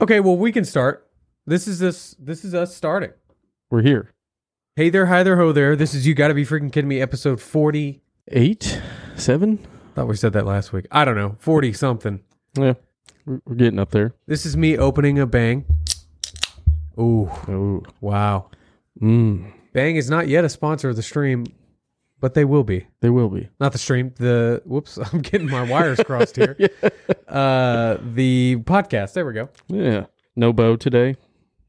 Okay, well we can start. This is this this is us starting. We're here. Hey there, hi there, ho there. This is you gotta be freaking kidding me, episode forty. Eight, seven. Thought we said that last week. I don't know, forty something. Yeah, we're, we're getting up there. This is me opening a bang. Ooh, Oh, wow. mm, Bang is not yet a sponsor of the stream, but they will be. there will be. Not the stream, the whoops, I'm getting my wires crossed here. Uh the podcast. There we go. Yeah, no Bo today.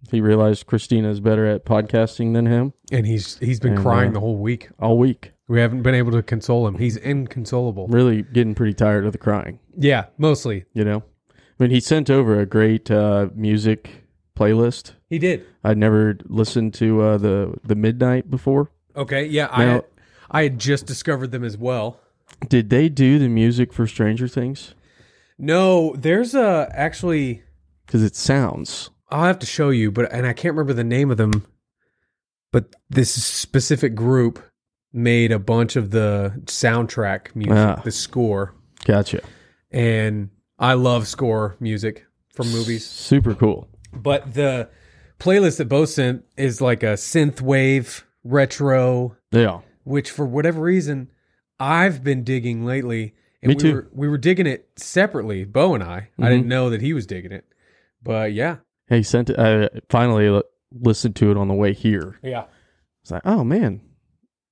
He realized Christina is better at podcasting than him And he's he's been And, crying uh, the whole week. all week. We haven't been able to console him. He's inconsolable. Really getting pretty tired of the crying. Yeah, mostly. You know, I mean, he sent over a great uh, music playlist. He did. I'd never listened to uh, the the midnight before. Okay, yeah, Now- I I had just discovered them as well. Did they do the music for Stranger Things? No, there's a actually Because it sounds I'll have to show you, but and I can't remember the name of them, but this specific group made a bunch of the soundtrack music, Ah. the score, gotcha. and I love score music for movies. Super cool. But the playlist that Bo sent is like a synth wave retro Yeah. which for whatever reason I've been digging lately. And Me we too. Mm-hmm. Were, we were digging it separately, Bo and I. I didn't know that he was digging it, but yeah, Hey, sent it. I finally l- listened to it on the way here. yeah, It's like, oh man,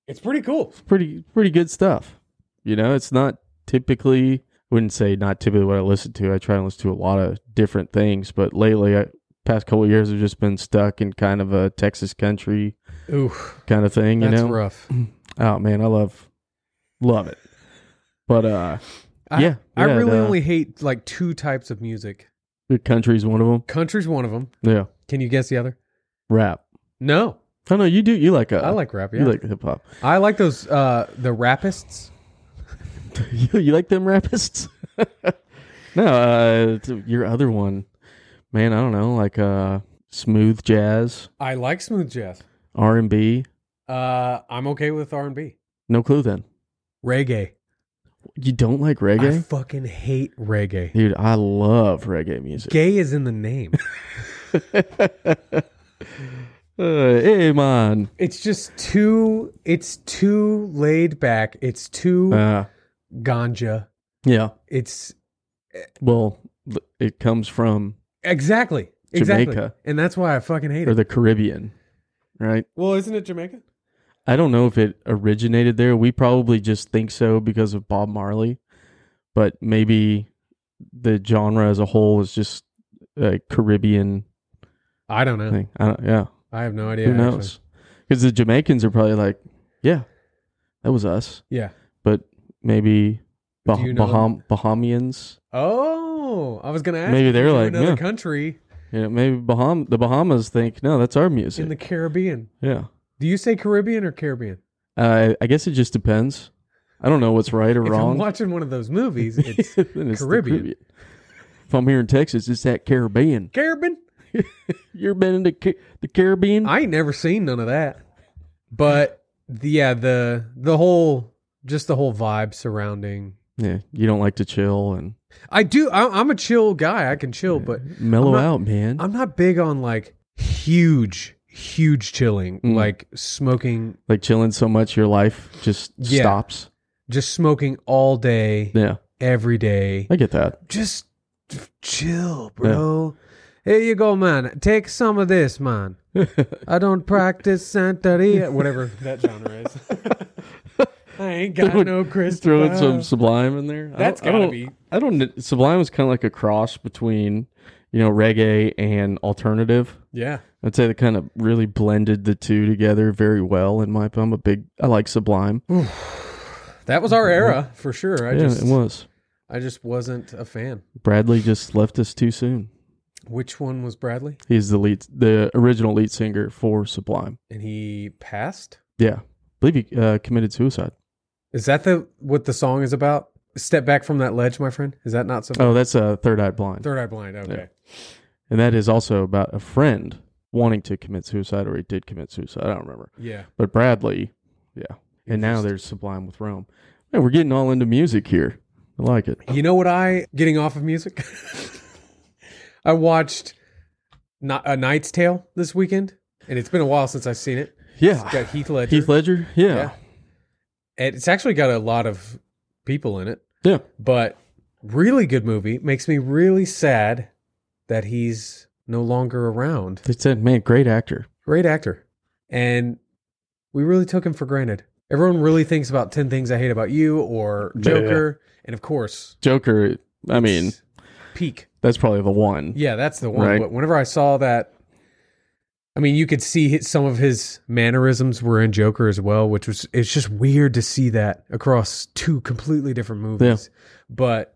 it's pretty cool. it's pretty pretty good stuff. You know, it's not typically I wouldn't say not typically what I listen to. I try and listen to a lot of different things, but lately, I, past couple of years, I've just been stuck in kind of a Texas country Ooh, kind of thing. You that's know, rough. oh man, I love love it. But uh, I- yeah, I yeah, really the- only hate like two types of music. the country's one of them. Country's one of them. Yeah, Can you guess the other? rap. No, Oh no, you do. You like uh, I like rap. Yeah, you like hip hop. I like those uh the rapists. you, you like them rapists? no, uh, t- your other one, man. I don't know, like uh, smooth jazz, I like smooth jazz. R and B. Uh, I'm okay with R and B, No clue. Then reggae. you don't like I reggae, fucking hate reggae. dude. I love reggae music. Gay is in the name. Uh, hey man, It's just too. It's too laid back. It's too uh, ganja. yeah. It's Well, th- it comes from exactly exactly, Jamaica. and that's why I fucking hate or it. the Caribbean, right? Well, isn't it Jamaica? I don't know if it originated there. We probably just think so because of Bob Marley, but maybe the genre as a whole is just a Caribbean I don't know. thing. I don't, yeah, I have no idea. who actually. knows? Because the Jamaicans are probably like, yeah, that was us, Yeah. but maybe bah- Do you know- Baham- Bahamians. Oh, I was gonna ask. Maybe if they're you knew like, another yeah. country You know, maybe Baham the Bahamas think no, that's our music. in the Caribbean. yeah, Do you say Caribbean or Caribbean? uh, I guess it just depends. I don't know what's right or If I'm wrong. watching one of those movies, it's Then it's the Caribbean. If I'm here in Texas, it's that Caribbean. Caribbean. You've been in the, Ca- the Caribbean? I ain't never seen none of that. But the, yeah, the the whole just the whole vibe surrounding yeah, you don't like to chill and I do. I, I'm a chill guy. I can chill, but mellow I'm not- out, man. I'm not big on like huge, huge chilling, Mm. like smoking, like chilling so much, your life just Yeah. stops. just smoking all day, Yeah, every day. I get that. Just chill, bro. Here you go, man. Take some of this, man. I don't practice Santeria, whatever that genre is. I ain't got Throwing- no Chris. Throwing Brown. some Sublime in there. That's I don't- I gotta don't- be- I don't. kn- Sublime was kind of like a cross between, you know, reggae and alternative. Yeah. I'd say they kind of really blended the two together very well. In my, I'm a big. I like Sublime. That was our era for sure. I yeah, just it was. I just wasn't a fan. Bradley just left us too soon. Which one was Bradley? He's the lead, the original lead singer for Sublime. And he passed? Yeah, I believe he uh, committed suicide. Is that the what the song is about? Step back from that ledge, my friend. Is that not something? Oh, that's uh, Third Eye Blind, Third Eye Blind. Okay. and that is also about a friend wanting to commit suicide, or he did commit suicide. I don't remember. Yeah. But Bradley, yeah, and now there's Sublime with Rome. Man, we're getting all into music here. I like it. You know what I getting off of music? I watched not a Knight's Tale this weekend, and it's been a while since I've seen it. It's Yeah. got Heath Ledger. Heath Ledger. Yeah. Yeah. And it's actually got a lot of people in it. Yeah. But really good movie. Makes me really sad that he's no longer around. They said, man, great actor. Great actor. And we really took him for granted. Everyone really thinks about 10 Things I Hate About You or Yeah. Joker. And of course, Joker. I mean, it's peak. that's probably the one. Yeah, that's the one. Right. But whenever I saw that, I mean, you could see hi- some of his mannerisms were in Joker as well, which was it's just weird to see that across two completely different movies. But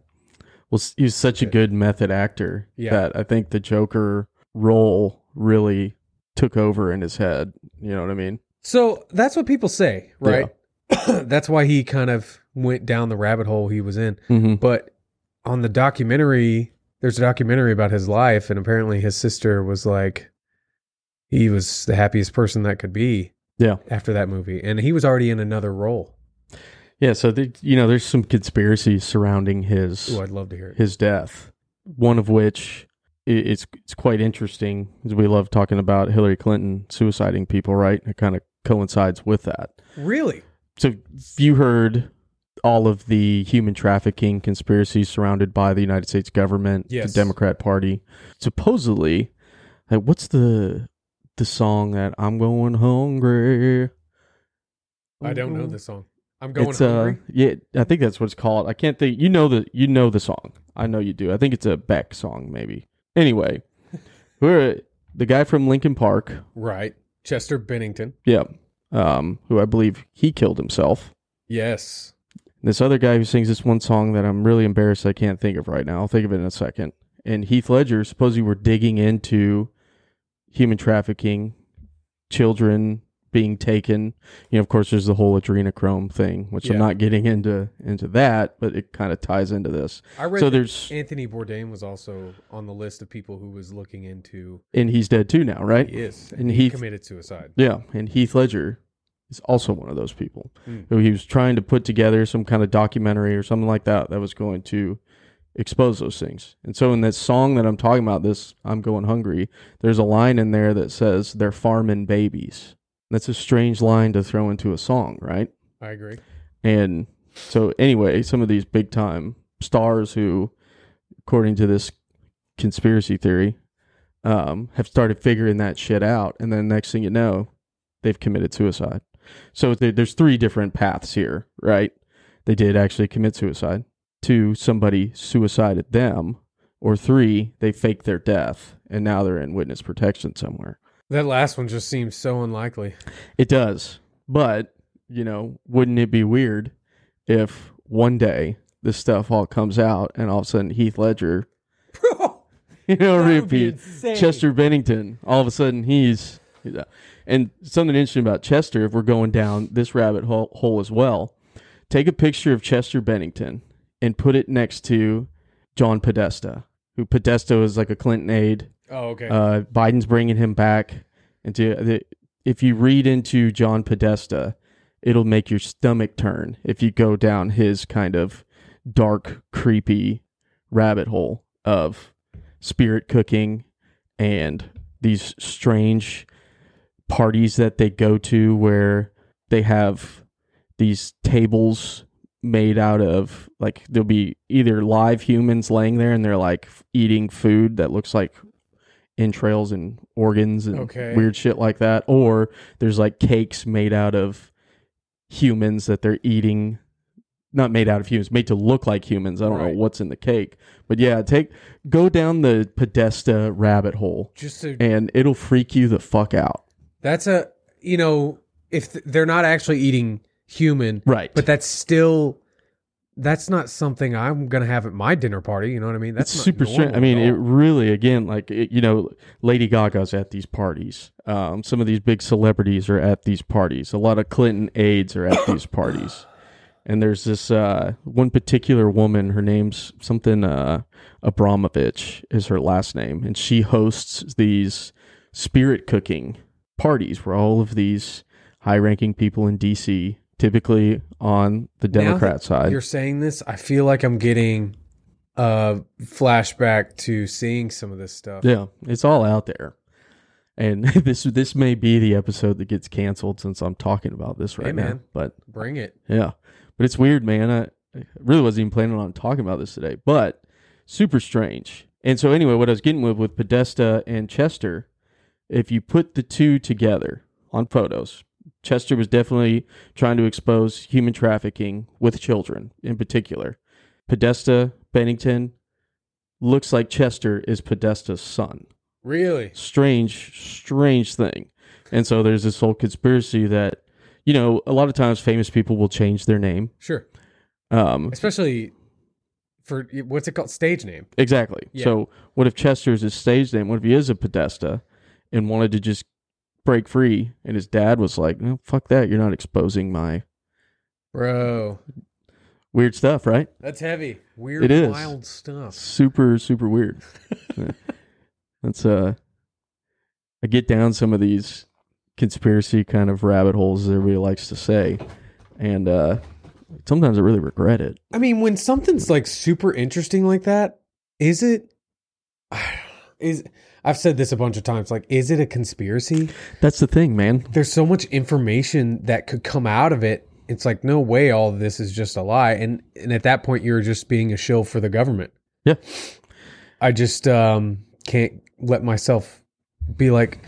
Well, s- he was such a good method actor Yeah. that I think the Joker role really took over in his head. You know what I mean? so that's what people say, right? that's why he kind of went down the rabbit hole he was in. Mm-hmm. But on the documentary, there's a documentary about his life, and apparently his sister was like, he was the happiest person that could be. Yeah. After that movie, and he was already in another role. Yeah. So, the, you know, there's some conspiracies surrounding his. Oh, I'd love to hear it. his death. One of which i- it's it's quite interesting because we love talking about Hillary Clinton suiciding people, right? It kind of coincides with that. Really? So you heard all of the human trafficking conspiracies surrounded by the United States government, Yes. the Democrat Party. Supposedly, uh, what's the the song that I'm going hungry? I don't know this song. I'm going it's, hungry. Uh, yeah, I think that's what it's called. I can't think. You know the you know the song. I know you do. I think it's a Beck song, maybe. Anyway, we're the guy from Lincoln Park. right. Chester Bennington. Yeah, um, who I believe he killed himself. Yes. This other guy who sings this one song that I'm really embarrassed I can't think of right now. I'll think of it in a second. And Heath Ledger supposedly were digging into human trafficking, children being taken. You know, of course, there's the whole adrenochrome thing, which Yeah. I'm not getting into into that, but it kind of ties into this. I read so that there's Anthony Bourdain was also on the list of people who was looking into and he's dead too now, right? Yes. And, And he he- committed suicide. Yeah, and Heath Ledger is also one of those people Mm. who he was trying to put together some kind of documentary or something like that that was going to expose those things. And so in that song that I'm talking about, this I'm going hungry, there's a line in there that says they're farming babies. That's a strange line to throw into a song, right? I agree. And so, anyway, some of these big time stars who, according to this conspiracy theory, um, have started figuring that shit out. And then next thing you know, they've committed suicide. So th- there's three different paths here, right? They did actually commit suicide. Two, somebody suicided them. Or three, they faked their death and now they're in witness protection somewhere. That last one just seems so unlikely. It does. But, you know, wouldn't it be weird if one day this stuff all comes out and all of a sudden Heath Ledger, Bro, you know, repeat insane. Chester Bennington, all of a sudden he's. he's out. And something interesting about Chester, if we're going down this rabbit hole, hole as well, take a picture of Chester Bennington and put it next to John Podesta, who Podesta was like a Clinton aide Oh, okay. uh, Biden's bringing him back. Into the, if you read into John Podesta, it'll make your stomach turn if you go down his kind of dark, creepy rabbit hole of spirit cooking and these strange parties that they go to where they have these tables made out of like there'll be either live humans laying there and they're like f- eating food that looks like entrails and organs and Okay. weird shit like that or there's like cakes made out of humans that they're eating not made out of humans made to look like humans i don't Right. know what's in the cake but yeah take go down the podesta rabbit hole just so and it'll freak you the fuck out that's a, you know, if th- they're not actually eating human, right but that's still. That's not something I'm gonna have at my dinner party. You know what I mean? That's it's not super strange. normal I mean, at it all. really again, like it, you know, Lady Gaga's at these parties. Um, some of these big celebrities are at these parties. A lot of Clinton aides are at these parties. And there's this uh, one particular woman. Her name's something uh, Abramovich is her last name, and she hosts these spirit cooking parties where all of these high-ranking people in D.C. typically on the Now that Democrat side. You're saying this, I feel like I'm getting a flashback to seeing some of this stuff. Yeah, it's all out there. And this this may be the episode that gets canceled since I'm talking about this right Hey, now. man. But Bring it. yeah, but it's weird, man. I, I really wasn't even planning on talking about this today, but super strange. And so, anyway, what I was getting with with Podesta and Chester, if you put the two together on photos, Chester was definitely trying to expose human trafficking with children in particular. Podesta Bennington looks like Chester is Podesta's son Really? strange, strange thing. And so there's this whole conspiracy that, you know, a lot of times famous people will change their name. Sure. Um, Especially for what's it called? Stage name. exactly. Yeah. So what if Chester's his stage name? What if he is a Podesta and wanted to just break free? And his dad was like, no, fuck that. You're not exposing my Bro. weird stuff, right? That's heavy. Weird, It is. wild stuff. Super, super weird. Yeah. That's, uh, I get down some of these conspiracy kind of rabbit holes, as everybody likes to say. And, uh, sometimes I really regret it. I mean, when something's like super interesting like that, is it? Is I've said this a bunch of times. Like, is it a conspiracy? That's the thing, man. There's so much information that could come out of it. It's like no way all of this is just a lie. And and at that point, you're just being a shill for the government. Yeah. I just um, can't let myself be like,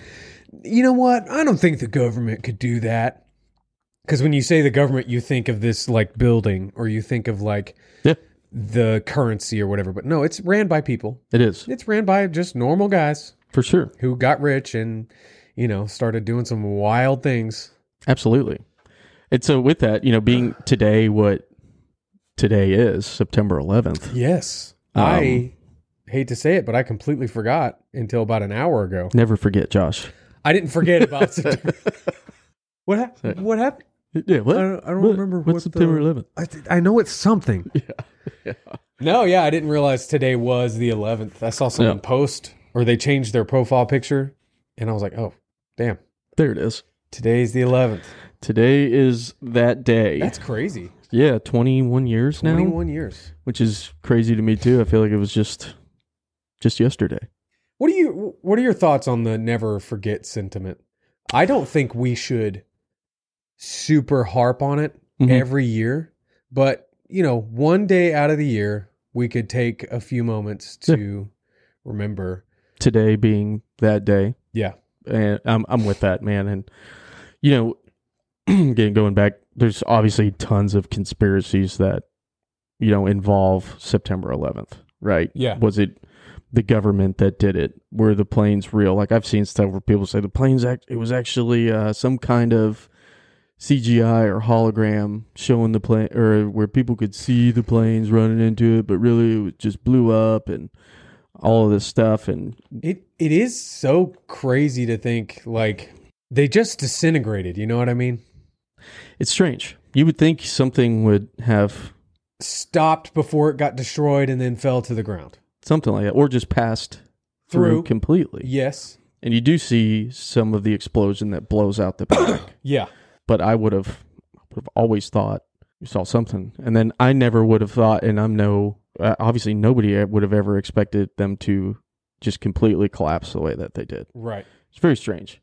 you know what? I don't think the government could do that. Because when you say the government, you think of this like building or you think of like Yeah. the currency or whatever. But no, it's ran by people. It is It's ran by just normal guys for sure. who got rich and, you know, started doing some wild things. Absolutely. And so, with that, you know, being today what today is, September 11th. Yes. Um, I hate to say it, but I completely forgot until about an hour ago. Never forget, Josh. I didn't forget about September. What, hap- what happened? Yeah, what? I don't, I don't What? remember What's what September the, 11th. I, th- I know it's something. Yeah. No, yeah, I didn't realize today was the 11th. I saw someone Yeah. post or they changed their profile picture, and I was like, oh, damn, There it is. today's the 11th. Today is that day. That's crazy. yeah, 21 years now, 21 years. which is crazy to me too. I feel like it was just just yesterday. What do you? What are your thoughts on the never forget sentiment? I don't think we should super harp on it Mhm. every year, but you know, one day out of the year, we could take a few moments Yeah. to remember. Today being that day. Yeah, and I'm I'm with that man. And you know, again, going back, there's obviously tons of conspiracies that you know involve September 11th, right? Yeah. Was it the government that did it? Were the planes real? Like I've seen stuff where people say the planes act. It was actually uh, some kind of CGI or hologram showing the plane, or where people could see the planes running into it, but really it was- just blew up and all of this stuff. And it it is so crazy to think like they just disintegrated. You know what I mean? It's strange. You would think something would have Stopped before it got destroyed and then fell to the ground. something like that, or just passed through, Through. completely. Yes. And you do see some of the explosion that blows out the back. Yeah. but I would have, would have always thought you saw something, and then I never would have thought, and I'm no, uh, obviously nobody would have ever expected them to just completely collapse the way that they did. Right. It's very strange.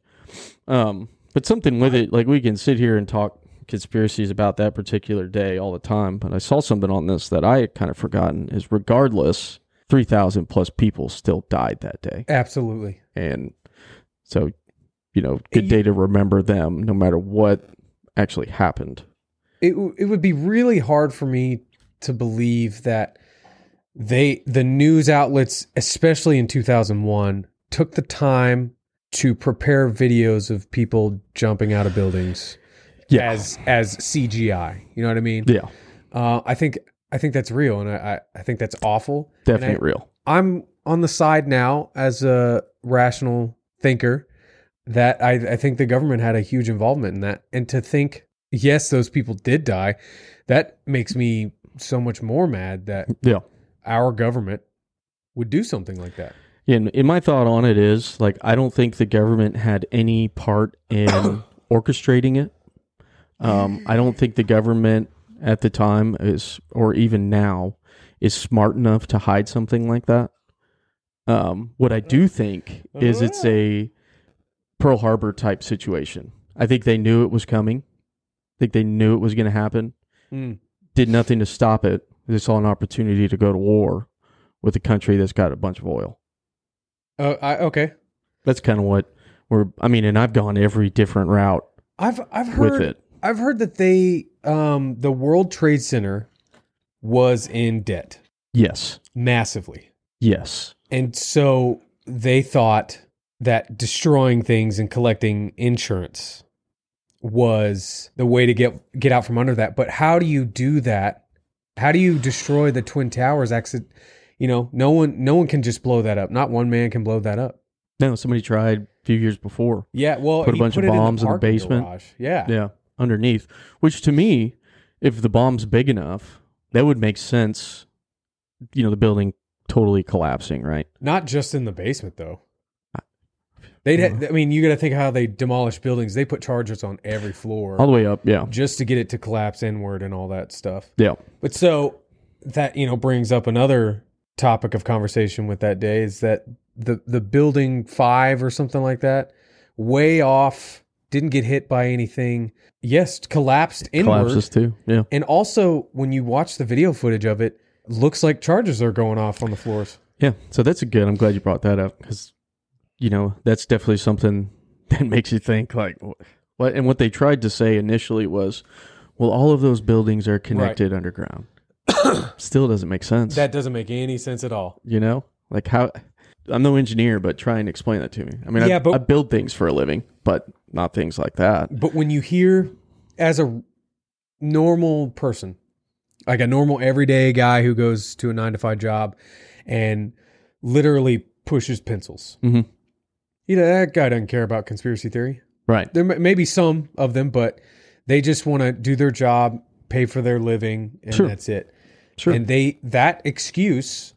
Um, but something with it, like we can sit here and talk conspiracies about that particular day all the time. But I saw something on this that I had kind of forgotten is regardless, 3,000 plus people still died that day. Absolutely. And so, you know, You- good day to remember them no matter what actually happened. it w- it would be really hard for me to believe that they the news outlets especially in 2001 took the time to prepare videos of people jumping out of buildings Yeah. as as CGI you know what i mean Yeah. uh, i think i think that's real and i i I think that's awful And I- Definitely real. I'm on the side now as a rational thinker that I, I think the government had a huge involvement in that. And to think, yes, those people did die, that makes me so much more mad that Yeah. our government would do something like that. And, and my thought on it is like I don't think the government had any part in orchestrating it. Um, I don't think the government at the time is, or even now, is smart enough to hide something like that. Um, what I do think is it's a Pearl Harbor type situation. I think they knew it was coming. I think they knew it was going to happen. Mm. Did nothing to stop it. They saw an opportunity to go to war with a country that's got a bunch of oil. Oh, I, okay. That's kind of what we're. I mean, and I've gone every different route I've I've with heard it. I've heard that they um the World Trade Center was in debt Yes, massively. yes, And so they thought that destroying things and collecting insurance was the way to get get out from under that. But how do you do that? How do you destroy the twin towers exit? You know, no one no one can just blow that up. Not one man can blow that up. No, somebody tried a few years before. Yeah, well, Put a you bunch of it in bombs in the parking basement. garage. Yeah. Yeah, underneath. Which to me, if the bomb's big enough, that would make sense. You know, the building totally collapsing, right? Not just in the basement though. They'd ha- I mean, you got to think how they demolish buildings. They put chargers on every floor All the way up. Yeah, just to get it to collapse inward and all that stuff. yeah. But so that you know brings up another topic of conversation with that day is that the the building 5 or something like that way off didn't get hit by anything. Yes, collapsed inward. Collapses too. Yeah. And also when you watch the video footage of it, looks like charges are going off on the floors. Yeah, so that's a good. I'm glad you brought that up because, you know, that's definitely something that makes you think like wh- what. And what they tried to say initially was, well, all of those buildings are connected underground. Still doesn't make sense. That doesn't make any sense at all. you know, like how I'm no engineer, but try and explain that to me. I mean, I, Yeah, but- I build things for a living, but not things like that. But when you hear as a normal person, like a normal everyday guy who goes to a nine to five job and literally pushes pencils, Mhm. you know, that guy doesn't care about conspiracy theory. Right. There may, may be some of them, but they just want to do their job, pay for their living, and Sure. that's it. Sure. And they that excuse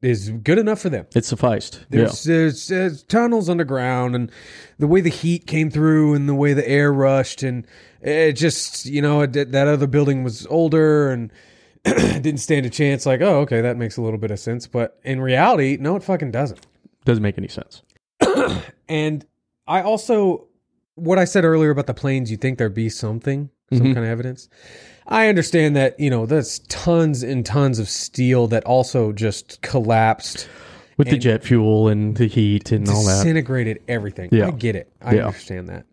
is good enough for them. it sufficed. Yeah. There's, there's, there's tunnels underground, and the way the heat came through, and the way the air rushed, and it just you know it, that other building was older and didn't stand a chance. Like, oh, okay, that makes a little bit of sense, but in reality, no, it fucking doesn't. Doesn't make any sense. And I also what I said earlier about the planes, you think there'd be something, some Mhm. kind of evidence. I understand that you know there's tons and tons of steel that also just collapsed. With the And- jet fuel and the heat and all that. disintegrated everything. Yeah. I get it. I Yeah. understand that.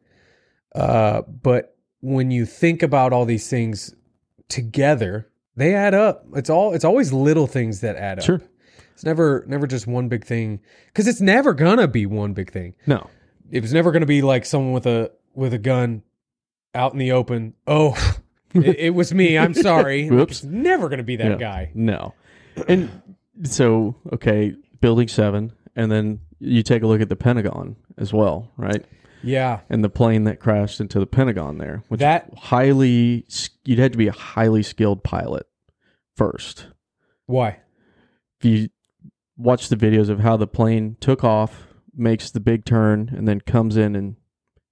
Uh, but when you think about all these things together, they add up. It's all it's always little things that add up. Sure. It's never never just one big thing cuz it's never gonna be one big thing. No. It was never gonna be like someone with a with a gun out in the open. Oh, it, it was me. I'm sorry. Whoops. It's never gonna be that Yeah. guy. No. And so, okay, Building 7, and then you take a look at the Pentagon as well, right? Yeah. And the plane that crashed into the Pentagon there, which That- highly, you'd had to be a highly skilled pilot first. Why? If you watch the videos of how the plane took off, makes the big turn, and then comes in and,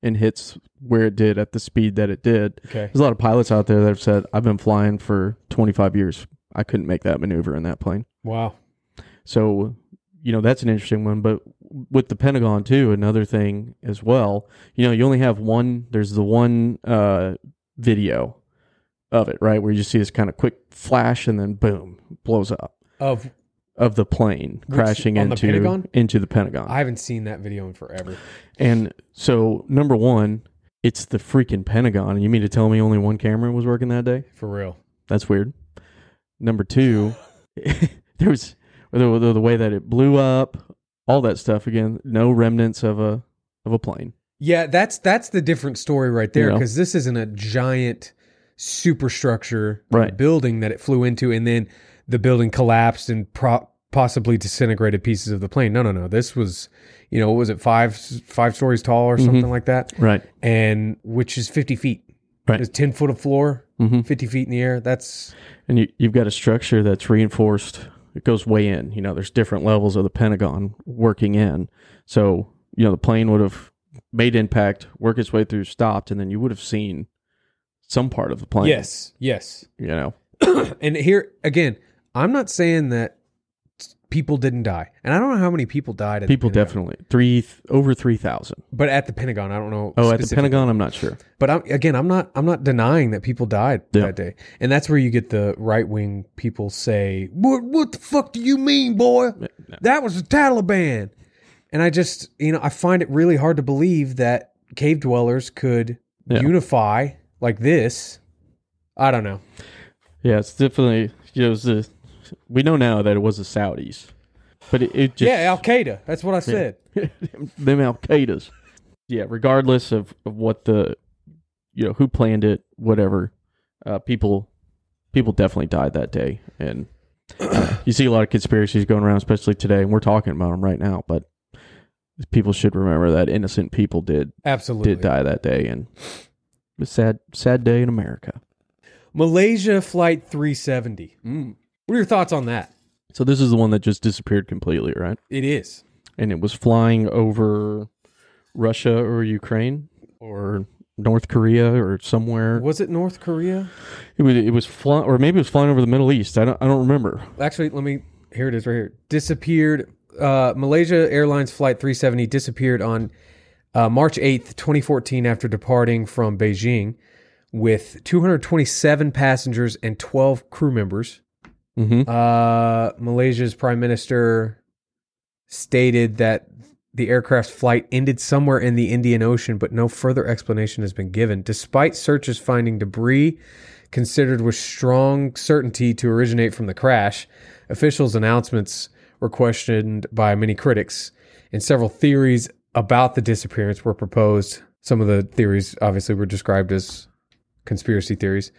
and hits where it did at the speed that it did. Okay. There's a lot of pilots out there that have said, I've been flying for 25 years. I couldn't make that maneuver in that plane. Wow. So, you know, that's an interesting one. But with the Pentagon, too, another thing as well, you know, you only have one, there's the one uh, video of it, right? Where you see this kind of quick flash and then boom, blows up Of of the plane crashing on the into, Pentagon? into the Pentagon. I haven't seen that video in forever. and so, number one, it's the freaking Pentagon. And you mean to tell me only one camera was working that day? For real. That's weird. Number two, there was the, the, the way that it blew up, all that stuff. Again, no remnants of a of a plane. Yeah, that's that's the different story right there Yeah. because this isn't a giant superstructure of a Right. building that it flew into and then the building collapsed and pro- possibly disintegrated pieces of the plane. No, no, no. This was, you know, what was it five five stories tall or something like that, Mm-hmm. Right. and which is fifty feet. Right. It's ten foot of floor, hmm fifty feet in the air. That's And you, you've got a structure that's reinforced. It goes way in. You know, there's different levels of the Pentagon working in. So you know, the plane would have made impact, work its way through, stopped, and then you would have seen some part of the plane. yes, yes. You know. and here again, I'm not saying that people didn't die, and I don't know how many people died. At People the Pentagon. definitely three th- over three thousand. but at the Pentagon, I don't know. Oh, at the specifically. Pentagon, I'm not sure. But I'm, again, I'm not. I'm not denying that people died Yeah. that day, and that's where you get the right wing people say, "What? What the fuck do you mean, boy? That was the Taliban." And I just, you know, I find it really hard to believe that cave dwellers could Yeah. unify like this. I don't know. Yeah, it's definitely it was the. We know now that it was the Saudis, but it, it just yeah, Al Qaeda. That's what I said. them Al Qaedas. Yeah, regardless of, of what the you know who planned it, whatever, uh, people people definitely died that day, and you see a lot of conspiracies going around, especially today, and we're talking about them right now. But people should remember that innocent people did Absolutely. did die that day, and it's a sad sad day in America. Malaysia Flight 370. What are your thoughts on that? So this is the one that just disappeared completely, right? It is. and it was flying over Russia or Ukraine or North Korea or somewhere. Was it North Korea? It was it was flying, or maybe it was flying over the Middle East. I don't I don't remember. Actually, let me. Here it is, right here. Disappeared. Uh, Malaysia Airlines Flight 370 disappeared on uh, March 8th, 2014, after departing from Beijing with 227 passengers and 12 crew members. Mm-hmm. Uh, Malaysia's prime minister stated that the aircraft's flight ended somewhere in the Indian Ocean, but no further explanation has been given. Despite searches finding debris considered with strong certainty to originate from the crash, officials' announcements were questioned by many critics, and several theories about the disappearance were proposed. Some of the theories obviously were described as conspiracy theories.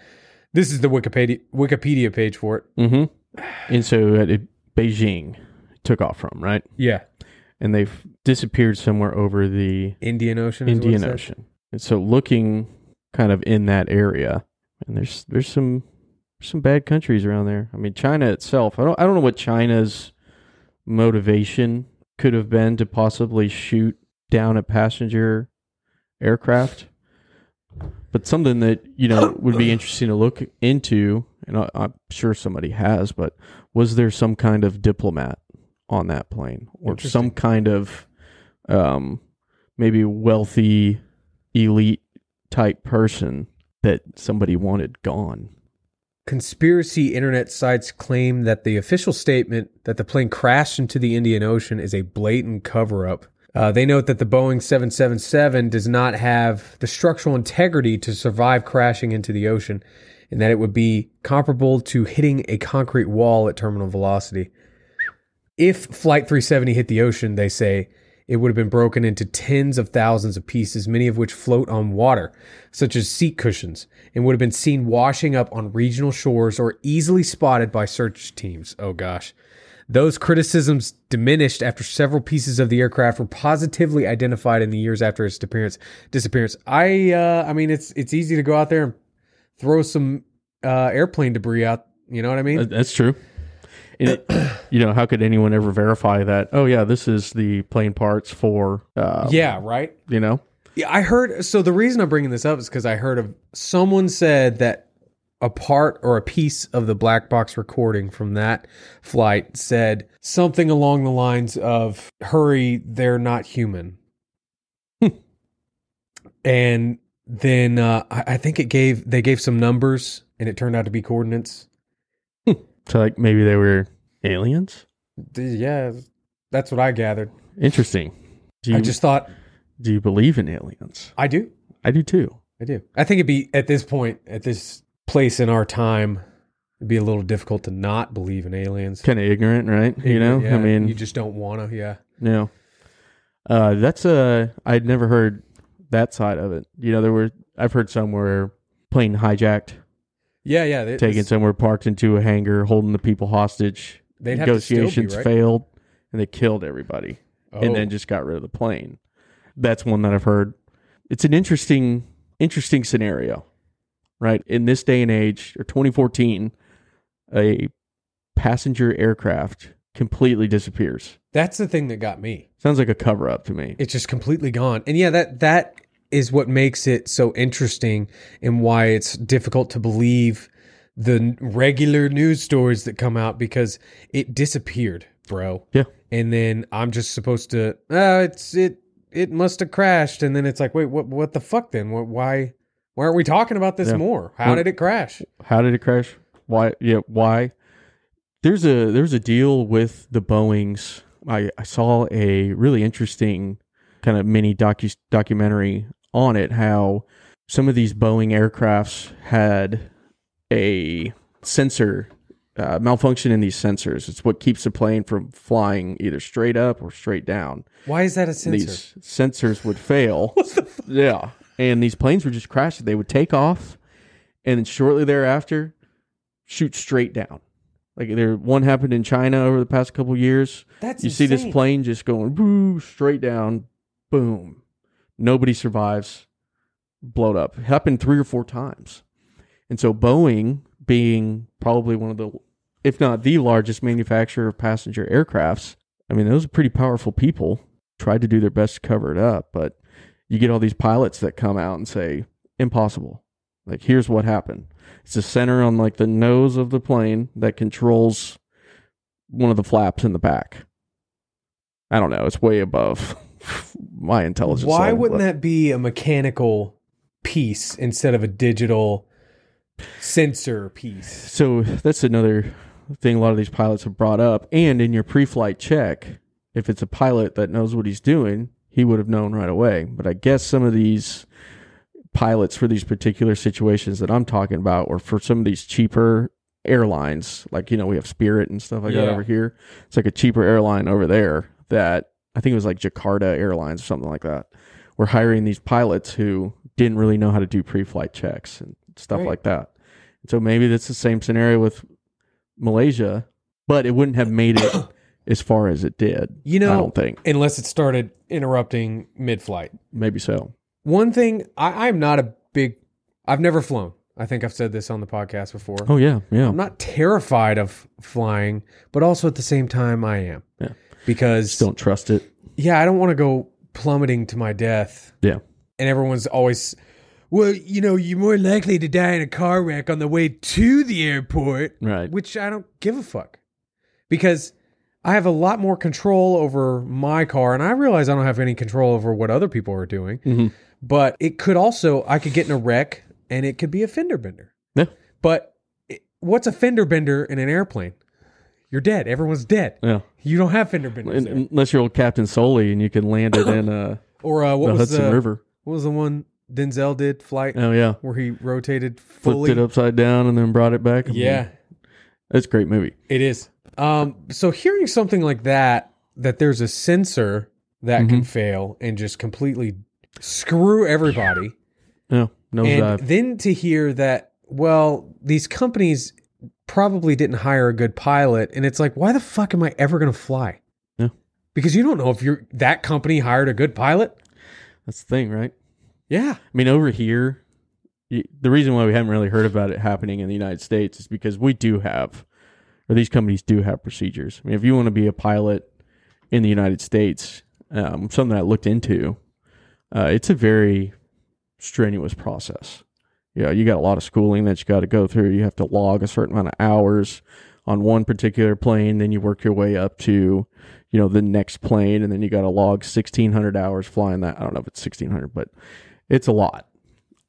This is the Wikipedia Wikipedia page for it. Mm-hmm. And so it, Beijing took off from right, Yeah. and they have disappeared somewhere over the Indian Ocean. is what it Indian says. Ocean. And so looking kind of in that area, and there's there's some some bad countries around there. I mean, China itself. I don't I don't know what China's motivation could have been to possibly shoot down a passenger aircraft, but something that you know would be interesting to look into. And I, I'm sure somebody has, but was there some kind of diplomat on that plane, or some Interesting. kind of um, maybe wealthy elite type person that somebody wanted gone. Conspiracy internet sites claim that the official statement that the plane crashed into the Indian Ocean is a blatant cover up. Uh, they note that the Boeing 777 does not have the structural integrity to survive crashing into the ocean and that it would be comparable to hitting a concrete wall at terminal velocity. If Flight 370 hit the ocean, they say, it would have been broken into tens of thousands of pieces, many of which float on water, such as seat cushions, and would have been seen washing up on regional shores or easily spotted by search teams. Oh gosh. Those criticisms diminished after several pieces of the aircraft were positively identified in the years after its disappearance. Disappearance. I uh, I mean it's it's easy to go out there and throw some uh, airplane debris out, you know what I mean? That's true. And it- you know, how could anyone ever verify that? Oh yeah, this is the plane parts for. Uh, yeah, right? You know. Yeah, I heard. So the reason I'm bringing this up is because I heard of someone said that a part or a piece of the black box recording from that flight said something along the lines of "Hurry, they're not human," and then uh, I, I think it gave they gave some numbers and it turned out to be coordinates. So like maybe they were aliens. D- Yeah, that's what I gathered. Interesting. Do you I just thought do you believe in aliens? I do. I do too. I do. I think it'd be at this point, at this place in our time, it'd be a little difficult to not believe in aliens. Kind of ignorant, right? You know. Yeah, I mean, you just don't want to. Yeah, Yeah. Uh, that's a I'd never heard that side of it. You know, there were I've heard somewhere plane hijacked, yeah, yeah. it- taken it's- somewhere, parked into a hangar, holding the people hostage. They'd have to still be, Negotiations right? failed, and they killed everybody, Oh. and then just got rid of the plane. That's one that I've heard. It's an interesting, interesting scenario, right? In this day and age, or 2014, a passenger aircraft completely disappears. that's the thing that got me. Sounds like a cover up to me. It's just completely gone. And yeah, that that is what makes it so interesting and why it's difficult to believe the n- regular news stories that come out because it disappeared. bro. Yeah. And then I'm just supposed to. Oh, it's it. It must have crashed. And then it's like, wait, what? What the fuck? Then what? Why? Why aren't we talking about this Yeah. more? How Well- did it crash? How did it crash? Why? Yeah, why? There's a there's a deal with the Boeing's. I, I saw a really interesting kind of mini docu documentary on it. How some of these Boeing aircrafts had a sensor uh, malfunction in these sensors. It's what keeps the plane from flying either straight up or straight down. Why is that a sensor? These sensors would fail. yeah. And these planes were just crashing. They would take off and then shortly thereafter shoot straight down. Like there one happened in China over the past couple years. That's you see this insane. plane just going woo straight down, boom. Nobody survives. Blowed up. Happened three or four times. And so Boeing being probably one of the if not the largest manufacturer of passenger aircrafts, I mean those are pretty powerful people. Tried to do their best to cover it up, but you get all these pilots that come out and say impossible like here's what happened it's a center on like the nose of the plane that controls one of the flaps in the back i don't know it's way above my intelligence Why level, wouldn't but- that be a mechanical piece instead of a digital sensor piece? so that's another thing a lot of these pilots have brought up and in your pre-flight check if it's a pilot that knows what he's doing he would have known right away but i guess some of these pilots for these particular situations that i'm talking about or for some of these cheaper airlines like you know we have spirit and stuff like that Yeah. over here it's like a cheaper airline over there that i think it was like jakarta airlines or something like that were hiring these pilots who didn't really know how to do pre-flight checks and stuff Right. like that so maybe that's the same scenario with Malaysia, but it wouldn't have made it as far as it did. You I know, don't think. unless it started interrupting mid-flight. Maybe so. One thing I, I'm not a big. I've never flown. I think I've said this on the podcast before. Oh yeah, yeah. I'm not terrified of flying, but also at the same time I am. Yeah. Because Just don't trust it. yeah, I don't want to go plummeting to my death. Yeah. And everyone's always, well, you know, you're more likely to die in a car wreck on the way to the airport, Right. which I don't give a fuck because I have a lot more control over my car. And I realize I don't have any control over what other people are doing, Mhm. but it could also, I could get in a wreck and it could be a fender bender. Yeah. But it, what's a fender bender in an airplane? You're dead. Everyone's dead. Yeah. You don't have fender benders. Un- there. Unless you're old Captain Soli and you can land it in uh, Or uh, what the was Hudson the River. what was the one Denzel did flight Oh yeah. where he rotated Flipped fully? it upside down and then brought it back. I mean, Yeah, That's a great movie. it is. Um, so hearing something like that, that there's a sensor that Mm-hmm. can fail and just completely screw everybody, Yeah. Nose and dive. then to hear that, well, these companies probably didn't hire a good pilot, and it's like, why the fuck am I ever gonna fly? Yeah. Because you don't know if you're that company hired a good pilot. That's the thing, right? Yeah. I mean, over here, y- the reason why we haven't really heard about it happening in the United States is because we do have, or these companies do have procedures. I mean, if you want to be a pilot in the United States, um, something I looked into, uh, it's a very strenuous process. You know, you got a lot of schooling that you got to go through. You have to log a certain amount of hours on one particular plane, then you work your way up to, you know, the next plane, and then you got to log sixteen hundred hours flying that. I don't know if it's sixteen hundred, but it's a lot.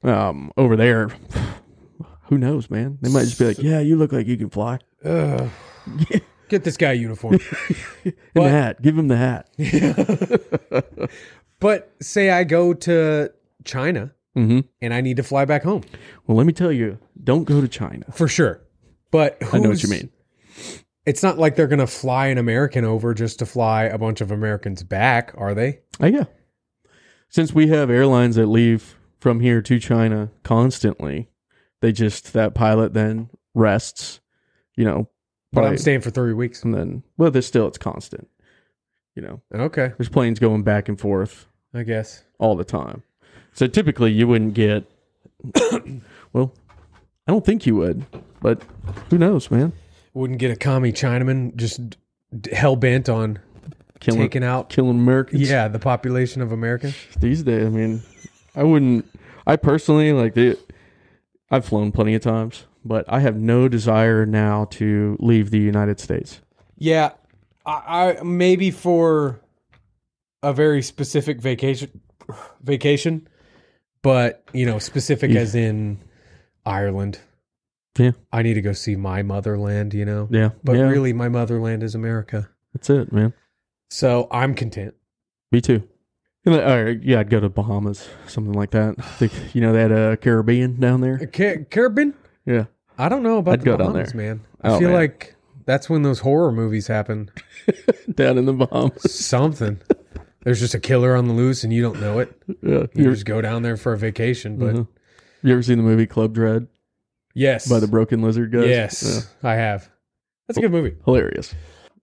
Um, over there, who knows, man? They might just be like, "Yeah, you look like you can fly." Ugh. Get this guy a uniform. And But- the hat, give him the hat. But say I go to China hmm and I need to fly back home Well, let me tell you, don't go to China. for sure. But I know what you who's- mean. It's not like they're going to fly an American over just to fly a bunch of Americans back, are they? Oh yeah. Since we have airlines that leave from here to China constantly, they just that pilot then rests, you know, But I'm probably- staying for three weeks. and then well, there's still it's constant. You know, Okay, there's planes going back and forth I guess. all the time. So typically you wouldn't get well, I don't think you would, but who knows, man? Wouldn't get a commie Chinaman just d- d- hell bent on Killing taking out, killing Americans yeah, the population of America. these days. I mean, I wouldn't I personally like the I've flown plenty of times, but I have no desire now to leave the United States. Yeah, I, I maybe for a very specific vacation, vacation, but you know, specific Yeah. as in Ireland. Yeah. I need to go see my motherland. You know, Yeah, but yeah, really, my motherland is America. that's it, man. So I'm content. Me too. And I- Or, yeah, I'd go to Bahamas, something like that. Think- you know that uh, Caribbean down there? Ca- Caribbean? Yeah, I don't know about I'd the go down Bahamas, there. man. I Oh, feel man. like that's when those horror movies happen. down in the Bahamas. Something. There's just a killer on the loose, and you don't know it. Yeah. You You, just go down there for a vacation, but Mhm. you ever seen the movie Club Dread yes, by the Broken Lizard guys? Yeah. yes, I have. That's a good movie. hilarious.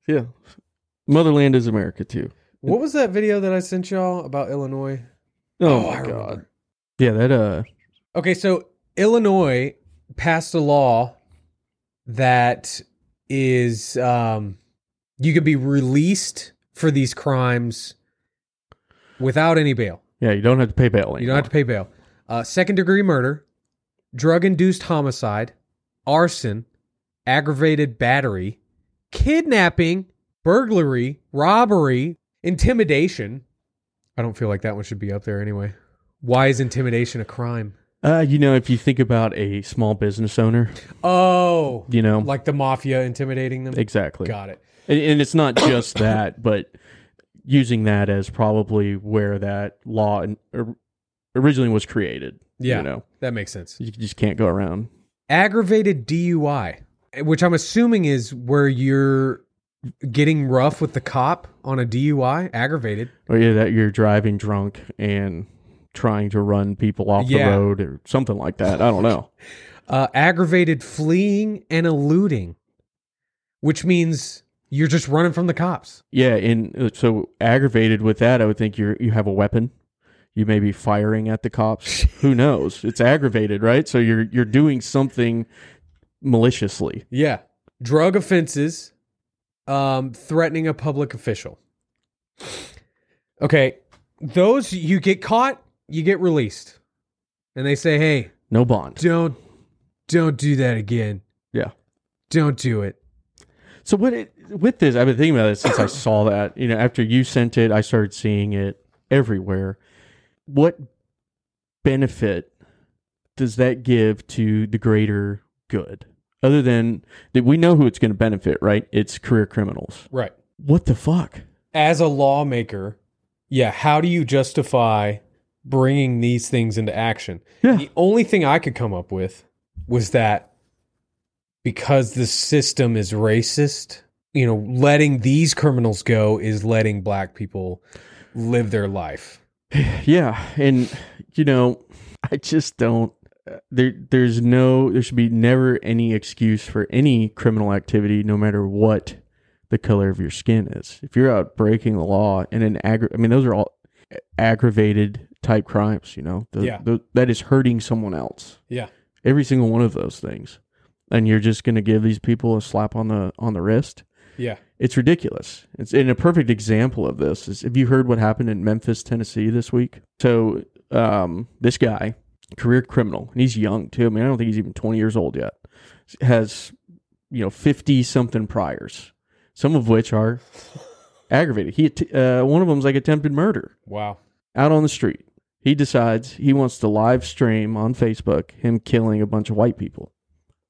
Yeah, Motherland is America too. What was that video that I sent y'all about Illinois? Oh, I my god. remember. Yeah, that uh, Okay, so Illinois passed a law that is um, you could be released for these crimes without any bail. yeah, you don't have to pay bail. You don't have to pay bail. Uh, second degree murder, drug induced homicide, arson, aggravated battery, kidnapping, burglary, robbery, intimidation. I don't feel like that one should be up there anyway. Why is intimidation a crime? Uh, you know, if you think about a small business owner, Oh, you know, like the mafia intimidating them. exactly. Got it. And, and it's not just that, but using that as probably where that law in, or- originally was created. Yeah. You know, That makes sense. you just can't go around Aggravated DUI, which I'm assuming is where you're getting rough with the cop on a DUI, aggravated. or either that you're driving drunk and trying to run people off Yeah. the road or something like that. I don't know. uh, aggravated fleeing and eluding, which means you're just running from the cops. Yeah, and uh, so aggravated with that, I would think you are you have a weapon. You may be firing at the cops. Who knows? It's aggravated, right? So you're you're doing something maliciously. Yeah. Drug offenses, um, threatening a public official. Okay. Those, you get caught, you get released. And they say, hey, No bond. don't, don't do that again. Yeah. Don't do it. So what it, with this, I've been thinking about it since I saw that. You know, after you sent it, I started seeing it everywhere. What benefit does that give to the greater good? Other than that, we know who it's going to benefit, right? It's career criminals. Right. What the fuck? as a lawmaker, yeah, how do you justify bringing these things into action? Yeah. The only thing I could come up with was that because the system is racist, you know, letting these criminals go is letting black people live their life. Yeah, and you know, I just don't. uh, There, there's no, there should be never any excuse for any criminal activity, no matter what the color of your skin is. If you're out breaking the law and an aggra- I mean, those are all uh, aggravated type crimes. You know, Th- Yeah. th- that is hurting someone else. Yeah. every single one of those things, and you're just going to give these people a slap on the on the wrist Yeah. it's ridiculous. It's and a perfect example of this is have you heard what happened in Memphis, Tennessee this week? So um, this guy, career criminal, and he's young too. I mean, I don't think he's even twenty years old yet. Has you know fifty something priors, some of which are aggravated. He att- uh, one of them's like attempted murder Wow. out on the street. He decides he wants to live stream on Facebook him killing a bunch of white people.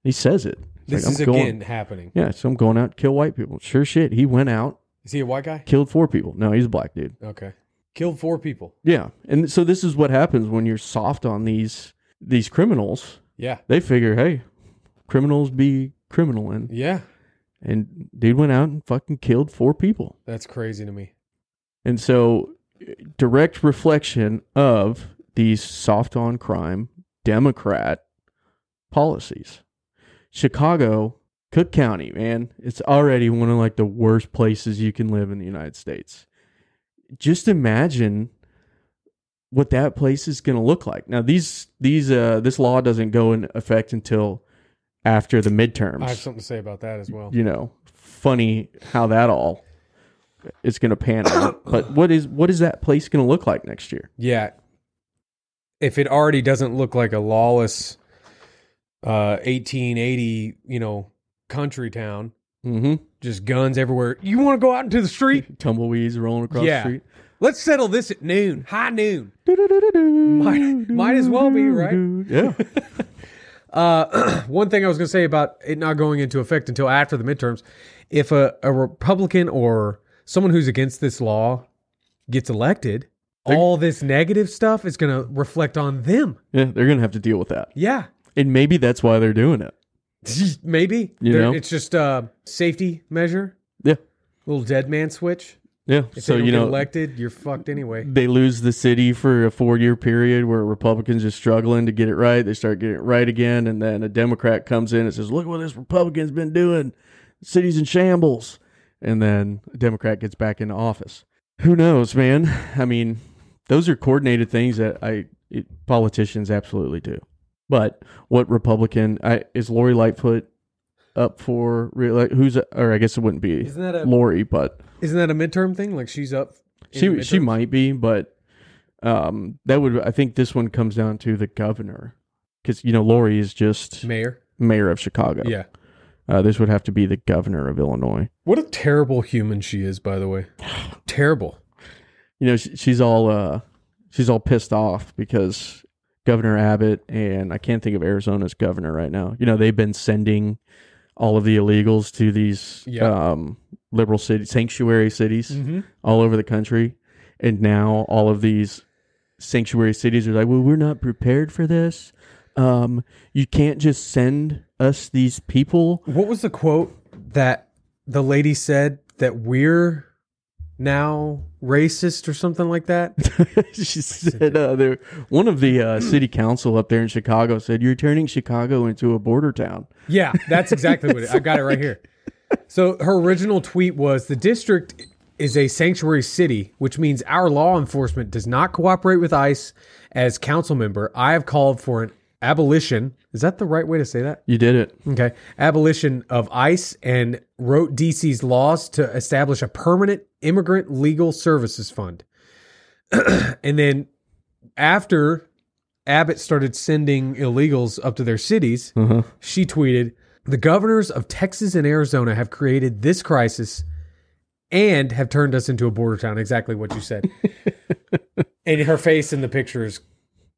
He says it. He's This like, is I'm going- again happening. Yeah, so I'm going out to kill white people. Sure shit. He went out Is he a white guy? killed four people. No, he's a black dude. Okay. Killed four people. Yeah, and so this is what happens when you're soft on these these criminals. Yeah. They figure, hey, criminals be criminal, and Yeah. and dude went out and fucking killed four people. That's crazy to me. And so, direct reflection of these soft on crime Democrat policies. Chicago, Cook County, man, it's already one of like the worst places you can live in the United States. Just imagine what that place is going to look like. Now, these these uh, this law doesn't go in effect until after the midterms I have something to say about that as well. you know, funny how that all is going to pan out. but what is what is that place going to look like next year? Yeah. If it already doesn't look like a lawless uh 1880, you know, country town, Mm-hmm. Just guns everywhere. You want to go out into the street? Tumbleweeds rolling across Yeah. the street. Let's settle this at noon, high noon. Might, might as well be, right? Yeah. Uh, one thing I was going to say about it not going into effect until after the midterms, if a, a Republican or someone who's against this law gets elected, all this negative stuff is going to reflect on them. Yeah, they're going to have to deal with that. Yeah, And maybe that's why they're doing it. maybe You They're- know? it's just a safety measure, Yeah. little dead man switch. Yeah. If so, they don't you get know, elected, you're fucked anyway. they lose the city for a four year period where Republicans are struggling to get it right. They start getting it right again. And then a Democrat comes in and says, Look what this Republican's been doing. The city's in shambles. And then a Democrat gets back into office. Who knows, man? I mean, those are coordinated things that I it, politicians absolutely do. But what Republican I, is Lori Lightfoot up for? Re- who's or I guess it wouldn't be Isn't that a Lori, but isn't that a midterm thing? Like she's up. in she the she midterms? might be, but um, that would I think this one comes down to the governor because you know Lori is just mayor. mayor of Chicago. Yeah. uh, this would have to be the governor of Illinois. What a terrible human she is, by the way. terrible. You know she, she's all uh, she's all pissed off because Governor Abbott and I can't think of Arizona's governor right now. You know they've been sending all of the illegals to these Yeah. um, liberal city sanctuary cities. all over the country. And now all of these sanctuary cities are like, well, we're not prepared for this. Um, you can't just send us these people. What was the quote that the lady said that we're now racist or something like that? she said, uh, there, one of the uh, city council up there in Chicago said, you're turning Chicago into a border town. Yeah, that's exactly what it, I've got it right here. So her original tweet was the district is a sanctuary city, which means our law enforcement does not cooperate with ICE. As council member, I have called for an abolition. Is that the right way to say that? You did it. Okay. Abolition of ICE and wrote DC's laws to establish a permanent immigrant legal services fund. and then after Abbott started sending illegals up to their cities, she tweeted The governors of Texas and Arizona have created this crisis and have turned us into a border town. Exactly what you said. and her face in the picture is